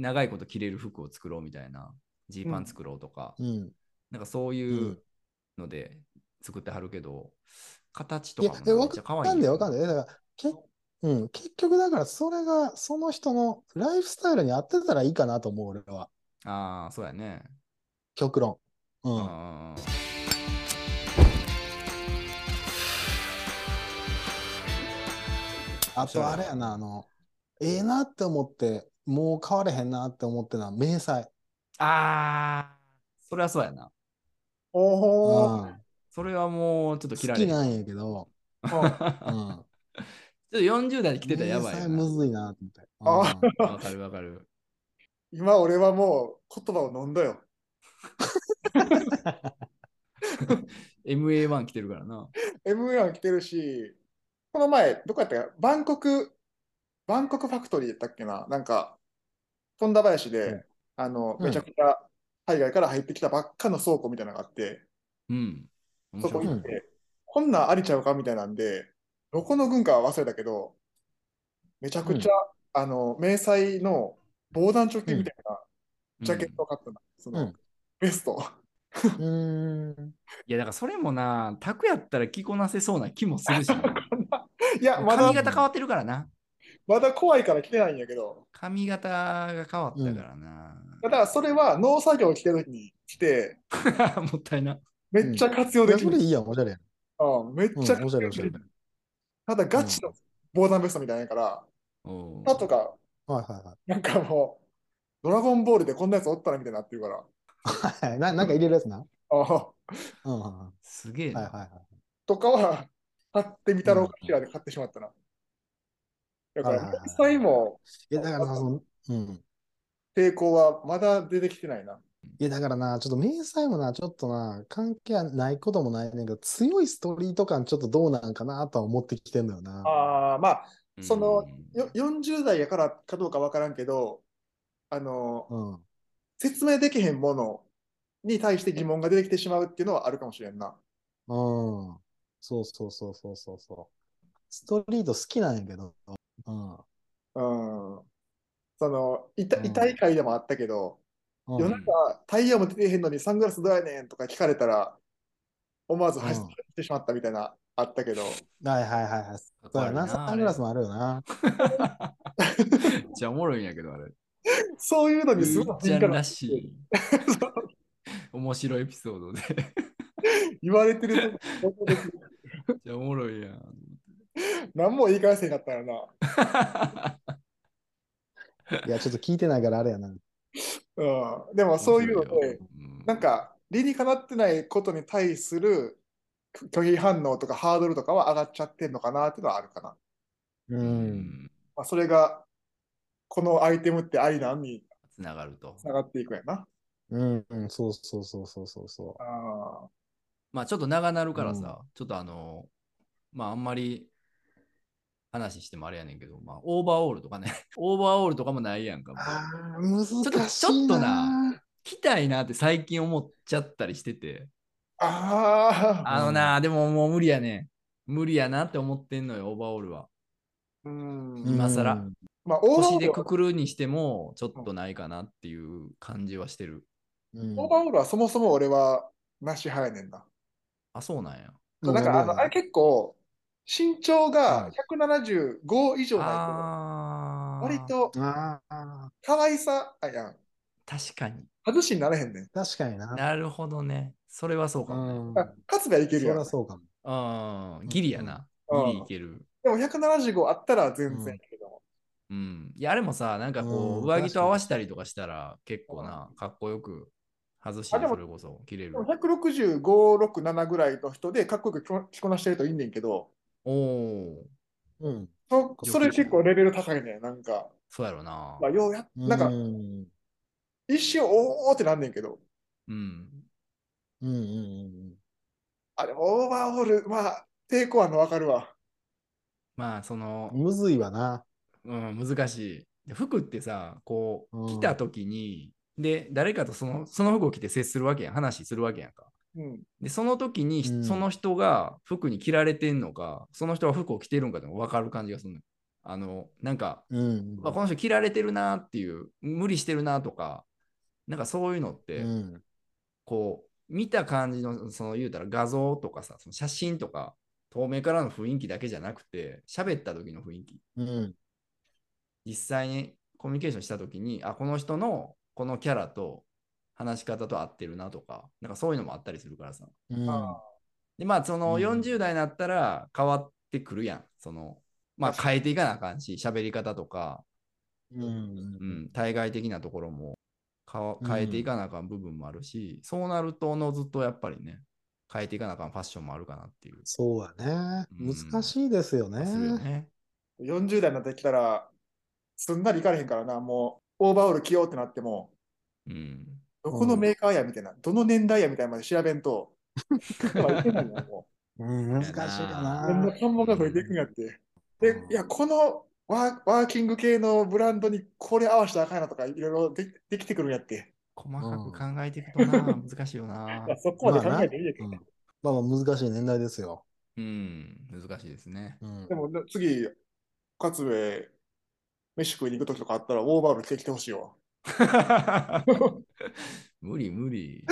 [SPEAKER 1] 長いこと着れる服を作ろうみたいなジーパン作ろうとか、
[SPEAKER 3] うん。
[SPEAKER 1] なんかそう
[SPEAKER 3] う。
[SPEAKER 1] いうんので作ってはるけど形と
[SPEAKER 3] いや
[SPEAKER 1] かも、め
[SPEAKER 3] え、わ
[SPEAKER 1] っちゃ可愛い
[SPEAKER 3] かんないわかん
[SPEAKER 1] い
[SPEAKER 3] ない。だから、け、うん、結局だから、それが、その人のライフスタイルに合ってたらいいかなと思う、俺は。
[SPEAKER 1] ああそうやね
[SPEAKER 3] 極論。う。
[SPEAKER 1] うんんうんうん
[SPEAKER 3] あとあれやな、あの、ええなって思って、もう買われへんなって思ってな、迷彩。
[SPEAKER 1] ああそれはそうやな
[SPEAKER 2] おお。
[SPEAKER 3] うん
[SPEAKER 1] それはもうちょっと切
[SPEAKER 3] 好
[SPEAKER 1] られ
[SPEAKER 3] き
[SPEAKER 1] る
[SPEAKER 3] なんやけど、う
[SPEAKER 1] ちょっ
[SPEAKER 3] ん。
[SPEAKER 1] と40代で着てたらやばいよ
[SPEAKER 3] 迷彩
[SPEAKER 1] な
[SPEAKER 3] むずいなって思
[SPEAKER 2] あ
[SPEAKER 3] って。
[SPEAKER 1] わかるわかる
[SPEAKER 2] 今俺はもう言葉を飲んだよ。
[SPEAKER 1] MA1 着てるからな
[SPEAKER 2] M1 来てるし、この前、どこやったか、バンコク、バンコクファクトリーやったっけな、なんか、富田林で、
[SPEAKER 3] うん
[SPEAKER 2] あの、
[SPEAKER 3] うん
[SPEAKER 2] めちゃくちゃ海外から入ってきたばっかの倉庫みたいなのがあって、
[SPEAKER 1] うん面
[SPEAKER 2] そこ
[SPEAKER 1] 白い
[SPEAKER 2] 行って、こんなんありちゃうかみたいなんで、どこの軍かは忘れたけど、めちゃくちゃ、あの、迷彩の防弾チョッキみたいなジャケットを買ったな、その、
[SPEAKER 3] うん
[SPEAKER 2] ベスト。
[SPEAKER 3] うん。うーん。
[SPEAKER 1] いやだからそれもな、タクやったら着こなせそうな気もするしな、
[SPEAKER 2] いや、 まだ
[SPEAKER 1] 髪、型変わってるからな。
[SPEAKER 2] まだ怖いから来てないんやけど、
[SPEAKER 1] 髪型が変わったからな。
[SPEAKER 2] だからそれは農作業をしてる時に来て、
[SPEAKER 1] もったいな。
[SPEAKER 2] めっちゃ活用
[SPEAKER 3] い
[SPEAKER 2] で
[SPEAKER 3] や
[SPEAKER 2] き
[SPEAKER 3] そ
[SPEAKER 2] る。
[SPEAKER 3] れいいやん、おしゃれやん。
[SPEAKER 2] うん、めっ
[SPEAKER 3] うん、お
[SPEAKER 2] ち
[SPEAKER 3] し
[SPEAKER 2] ゃ
[SPEAKER 3] ゃれおしゃれ。
[SPEAKER 2] ただガチの防弾ベストみたいなやから、
[SPEAKER 1] おう
[SPEAKER 2] あとか、
[SPEAKER 3] はいは
[SPEAKER 2] なんかもう、ドラゴンボールでこんなやつおったらみたいになってるから。
[SPEAKER 3] いはい。はいななんか入れるやつな。
[SPEAKER 2] ああ
[SPEAKER 3] うんうんうん。は
[SPEAKER 1] すげえ
[SPEAKER 3] い
[SPEAKER 1] な、
[SPEAKER 3] はいはい。
[SPEAKER 2] とかは、買ってみたろうかしらで買ってしまったな。だか
[SPEAKER 3] はい
[SPEAKER 2] ら
[SPEAKER 3] はいはい、
[SPEAKER 2] 実際も
[SPEAKER 3] いや、だからさ、その、うん。
[SPEAKER 2] 抵抗はまだ出てきてないな。
[SPEAKER 3] いや、だからな、ちょっと迷彩もな、ちょっとな、関係ないこともないねんけど、強いストリート感ちょっとどうなんかなとは思ってきてんだよな。
[SPEAKER 2] ああ、まあ、
[SPEAKER 1] うん
[SPEAKER 2] そのよ40代やからかどうかわからんけど、あの、
[SPEAKER 3] うん。
[SPEAKER 2] 説明できへんものに対して疑問が出てきてしまうっていうのはあるかもしれんな。
[SPEAKER 3] うん。そうそうそうそうそうそう。ストリート好きなんやけど。うん。
[SPEAKER 2] うん。その、いた
[SPEAKER 3] うん
[SPEAKER 2] 異大会でもあったけど、
[SPEAKER 3] うん
[SPEAKER 2] 夜中、太陽も出てへんのにサングラスどうやねんとか聞かれたら、思わず走
[SPEAKER 3] うん
[SPEAKER 2] ってしまったみたいな、あったけど、
[SPEAKER 3] はいはいはいはい。
[SPEAKER 1] かっこ
[SPEAKER 3] そう
[SPEAKER 1] 悪
[SPEAKER 3] や
[SPEAKER 1] いな
[SPEAKER 3] な、サングラスもあるよな。
[SPEAKER 1] めっちゃおもろいんやけど、あれ。
[SPEAKER 2] そういうの
[SPEAKER 1] う
[SPEAKER 2] に すご
[SPEAKER 1] ー
[SPEAKER 2] く
[SPEAKER 1] ちゃ
[SPEAKER 2] 敏
[SPEAKER 1] ん
[SPEAKER 2] 感
[SPEAKER 1] ら
[SPEAKER 2] な
[SPEAKER 1] しい。 面白いエピソードで。
[SPEAKER 2] 言われてると、
[SPEAKER 1] めっちゃおもろいやん。
[SPEAKER 2] 何も言い返せへんかったよな。
[SPEAKER 3] いや、ちょっと聞いてないからあれやな。
[SPEAKER 2] うん。でも そういうの
[SPEAKER 1] 面白
[SPEAKER 2] で、
[SPEAKER 1] ようん
[SPEAKER 2] なんか、理にかなってないことに対する拒否反応とかハードルとかは上がっちゃってんのかなっていうのはあるかな。
[SPEAKER 3] う。
[SPEAKER 1] うんん。
[SPEAKER 2] まあ、それが、このアイテムってありなんに
[SPEAKER 1] つながると
[SPEAKER 2] つ。ながっていくやな。
[SPEAKER 3] うん、うん、そうそうそうそうそうそ
[SPEAKER 2] あ
[SPEAKER 1] まあちょっと長なるからさ、ちょっとあの、まああんまり話してもあれやねんけど、まあオーバーオールとかね、 オーバーオールとかもないやんか
[SPEAKER 3] う。
[SPEAKER 1] もう。
[SPEAKER 3] ああ、難しいな。
[SPEAKER 1] ちょっとな着たいなって最近思っちゃったりしてて、
[SPEAKER 2] あ。ああ。
[SPEAKER 1] あのな、でももう無理やね無理やなって思ってんのよ、オーバーオールは。
[SPEAKER 2] うん
[SPEAKER 1] 今更
[SPEAKER 3] うん
[SPEAKER 2] まあ、オーバーオ
[SPEAKER 1] 腰
[SPEAKER 2] ー
[SPEAKER 1] で
[SPEAKER 2] ル
[SPEAKER 1] くくるにしても、ちょっとないかなっていう感じはしてる。
[SPEAKER 3] うん
[SPEAKER 2] オーバーオールはそもそも俺はなし派やねんな。
[SPEAKER 1] あ、そうなんや。
[SPEAKER 2] なんかあの、あれ結構、身長
[SPEAKER 3] う
[SPEAKER 2] が
[SPEAKER 3] ん
[SPEAKER 2] 175以上ない
[SPEAKER 1] あ
[SPEAKER 2] と、
[SPEAKER 1] ー
[SPEAKER 2] 割と
[SPEAKER 3] ああ、
[SPEAKER 2] 可愛さあやん。
[SPEAKER 1] 確かに
[SPEAKER 2] 外しになれへんねん。
[SPEAKER 3] 確かにな。
[SPEAKER 1] なるほどね。それはそうかもね。
[SPEAKER 3] うん
[SPEAKER 2] あ勝つばいける
[SPEAKER 3] そり
[SPEAKER 2] や
[SPEAKER 3] ゃ
[SPEAKER 2] ん。
[SPEAKER 3] そうかも。
[SPEAKER 1] ああ、ギリやな。
[SPEAKER 2] うん
[SPEAKER 1] ギリいける。
[SPEAKER 2] でも175あったら全然やけども。
[SPEAKER 1] うん。いや、あれもさ、なんかこ
[SPEAKER 3] う
[SPEAKER 1] う、
[SPEAKER 3] ん
[SPEAKER 1] 上着と合わせたりとかしたら、結構な、かっこよく外して、
[SPEAKER 2] あでも
[SPEAKER 1] それこそ、切れる
[SPEAKER 2] で。も165、6、7ぐらいの人でかっこよく着こ着こなしてるといいねんけど、
[SPEAKER 1] おおー、
[SPEAKER 3] うん。
[SPEAKER 2] そそれ結構レベル高いねん。なんか、
[SPEAKER 1] そうやろな
[SPEAKER 2] ま。あ、ようやっなん
[SPEAKER 3] う
[SPEAKER 2] か
[SPEAKER 3] ん
[SPEAKER 2] 一瞬おーってなんねんけど、
[SPEAKER 1] うん。
[SPEAKER 3] うんうん
[SPEAKER 2] あれオーバーオール、まあ、抵抗あんの分かるわ。
[SPEAKER 1] まあ、その
[SPEAKER 3] うん。、むずいわな。
[SPEAKER 1] うん、難しい。で服ってさ、こ
[SPEAKER 3] うん
[SPEAKER 1] う、着た時に、で、誰かとそのその服を着て接するわけやん、話するわけやんか。
[SPEAKER 2] うん。
[SPEAKER 1] で、その時に、
[SPEAKER 3] うん
[SPEAKER 1] その人が服に着られてんのか、その人が服を着てるんかでも分かる感じがするのよ。あの、なんか、
[SPEAKER 3] うん。
[SPEAKER 1] あこの人着られてるなっていう、無理してるなとか、なんかそういうのって、
[SPEAKER 3] うん。
[SPEAKER 1] こう、見た感じの、その言うたら画像とかさ、その写真とか、透明からの雰囲気だけじゃなくて、喋った時の雰囲気。
[SPEAKER 3] うん。
[SPEAKER 1] 実際にコミュニケーションした時にあこの人のこのキャラと話し方と合ってるなとかなんかそういうのもあったりするからさ
[SPEAKER 3] うん。
[SPEAKER 2] あ
[SPEAKER 1] でまあその
[SPEAKER 3] うん
[SPEAKER 1] 40代になったら変わってくるやん、そのまあ
[SPEAKER 2] 確か
[SPEAKER 1] 変えていかなあかんし喋り方とか、
[SPEAKER 3] うん
[SPEAKER 1] う。ん、対外的なところもかわ変えていかなあかん部分もあるし、そうなるとおのずとやっぱりね変えていかなあかんファッションもあるかなっていう、
[SPEAKER 3] そうやね。
[SPEAKER 1] うん
[SPEAKER 3] 難しいですよ
[SPEAKER 1] するよ
[SPEAKER 3] ね。
[SPEAKER 1] ね
[SPEAKER 2] 40代になってきたら、すんなりいかれへんからな、もう、オーバーオール着ようってなっても、
[SPEAKER 1] うん
[SPEAKER 2] どこのメーカーやみたいな、どの年代やみたいなまで調べんと、 いけないのも
[SPEAKER 3] うん。難しい
[SPEAKER 2] う
[SPEAKER 3] よ
[SPEAKER 1] あ
[SPEAKER 2] どんな
[SPEAKER 3] な。
[SPEAKER 2] 看板が増えていくんやって。で、いや、このワーワーキング系のブランドにこれ合わせたらあかんやなとか、いろいろでできてくるんやって。
[SPEAKER 1] 細かく考えていく とな、難しいよな
[SPEAKER 2] まあ、そこまで考えていいんやけ
[SPEAKER 3] う
[SPEAKER 2] ど
[SPEAKER 3] ん
[SPEAKER 2] ね。
[SPEAKER 3] まあまあ難しい年代ですよ。
[SPEAKER 1] うん難しいです ね
[SPEAKER 3] うん
[SPEAKER 2] で。も、ね次、勝部、飯食いに行くときとかあったら、オーバーオール着てきてほしいわ。
[SPEAKER 1] 無理無理。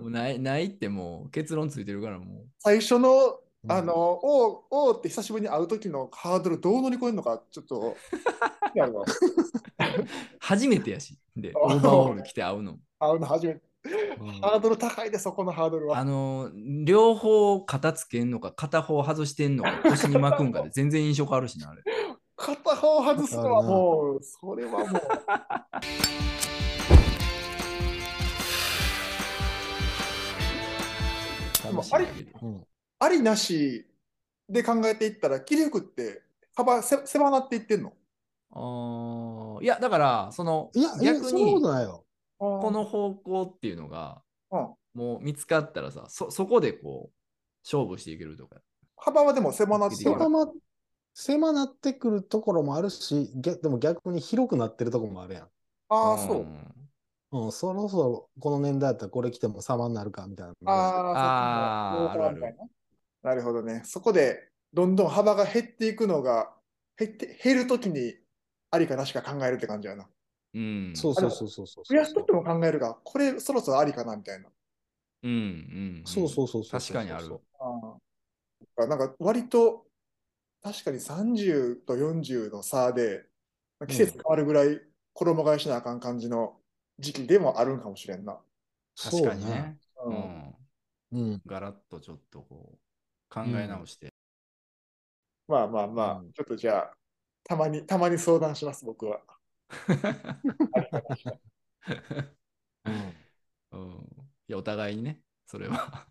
[SPEAKER 1] もうないないってもう結論ついてるからも
[SPEAKER 2] 最初の、
[SPEAKER 3] うん
[SPEAKER 2] あの、おう、おうって久しぶりに会う時のハードルどう乗り越えるのか、ちょ っと、やろう
[SPEAKER 1] う初めてやし。で、
[SPEAKER 2] あ
[SPEAKER 1] オーバーオール着て会うの。
[SPEAKER 2] 会うの初めて。ハードル高いで、そこのハードル
[SPEAKER 1] あ
[SPEAKER 2] は。
[SPEAKER 1] の、両方片つけんのか、片方外してんのか、腰に巻くんかで全然印象変わるしな、あれ。
[SPEAKER 2] 片方外すのはもう、それはもう。
[SPEAKER 1] 楽しいだけで
[SPEAKER 3] うん
[SPEAKER 2] ありなしで考えていったら、切り服って幅せ狭なっていってんの
[SPEAKER 1] あーいや、だから、その、
[SPEAKER 3] いや、いや
[SPEAKER 1] 逆
[SPEAKER 3] そんなこ
[SPEAKER 1] に
[SPEAKER 3] とないよ。
[SPEAKER 1] こ
[SPEAKER 2] こ、
[SPEAKER 1] の方向っていうのが、
[SPEAKER 2] うん
[SPEAKER 1] もう見つかったらさ、そそこでこう、勝負していけるとか。
[SPEAKER 2] 幅はでも狭なって
[SPEAKER 1] そう
[SPEAKER 3] 狭ま、狭なってくるところもあるし、げでも逆に広くなってるところもあるやん。
[SPEAKER 2] ああ、そう。
[SPEAKER 1] ん
[SPEAKER 3] うん、そろそろこの年代だったらこれ着ても様になるかみたいな。
[SPEAKER 2] ああ、
[SPEAKER 1] あー
[SPEAKER 2] そうか
[SPEAKER 1] あるある
[SPEAKER 2] なるほどね。そこで、どんどん幅が減っていくのが、減って、減るときに、ありかなしか考えるって感じやな。
[SPEAKER 1] うん。
[SPEAKER 3] そうそうそうそうそう。
[SPEAKER 2] 増やしとっても考えるが、これそろそろありかなみたいな。
[SPEAKER 1] うんうん、うん。
[SPEAKER 3] そうそうそうそう。
[SPEAKER 1] 確かにある。
[SPEAKER 2] あなんか割と、確かに30と40の差で、季節変わるぐらい衣替えしなあかん感じの時期でもあるんかもしれんな。
[SPEAKER 1] 確かにね。
[SPEAKER 2] う
[SPEAKER 1] うんん。
[SPEAKER 3] そうね。うん。
[SPEAKER 1] ガラッとちょっとこう、考え直して。
[SPEAKER 2] まあまあまあ、
[SPEAKER 3] うん
[SPEAKER 2] ちょっとじゃあ、たまに、たまに相談します、僕は。
[SPEAKER 3] うん
[SPEAKER 1] うん。いや、お互いにね、それは。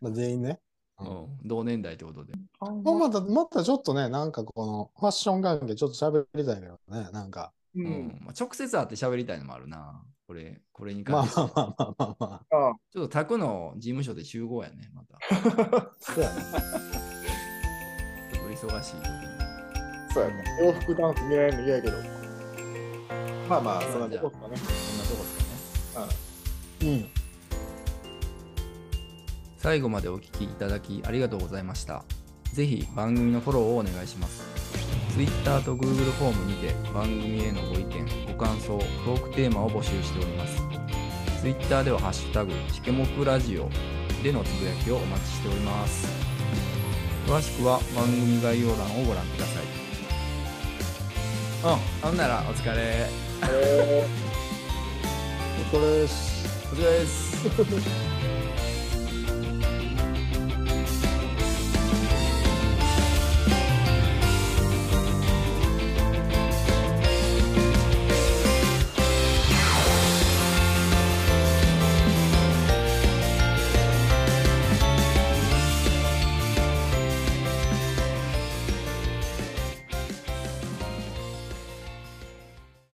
[SPEAKER 3] まあ、全員ね。
[SPEAKER 1] う
[SPEAKER 3] うん
[SPEAKER 1] ん。同年代ってことで。
[SPEAKER 3] まあ、また、またちょっとね、なんかこのファッション関係ちょっと喋りたいけどね、なんか。
[SPEAKER 2] う
[SPEAKER 1] うんん。まあ、直接会って喋りたいのもあるな。これ、これに
[SPEAKER 3] ま
[SPEAKER 1] 関
[SPEAKER 3] あ
[SPEAKER 1] して。
[SPEAKER 3] まあまあまあまあまあ。
[SPEAKER 2] あ
[SPEAKER 1] ちょっと宅の事務所で集合やね、また。
[SPEAKER 3] そうやね。
[SPEAKER 1] ちょっと忙しい時に。
[SPEAKER 2] あ、そうやね。洋服ダンス見られるの嫌やけど。まあまあ、そんなとこです
[SPEAKER 1] そん
[SPEAKER 2] かね。
[SPEAKER 1] なとこですかね。
[SPEAKER 3] うん。
[SPEAKER 1] 最後までお聞きいただきありがとうございました。ぜひ番組のフォローをお願いします。Twitter と Google フォームにて番組へのご意見、ご感想、トークテーマを募集しております。Twitter ではハッシュタグ、しけもくラジオでのつぶやきをお待ちしております。詳しくは番組概要欄をご覧ください。うん、ほんならお疲れ。
[SPEAKER 2] えー
[SPEAKER 3] お疲れっす。
[SPEAKER 1] お疲れです。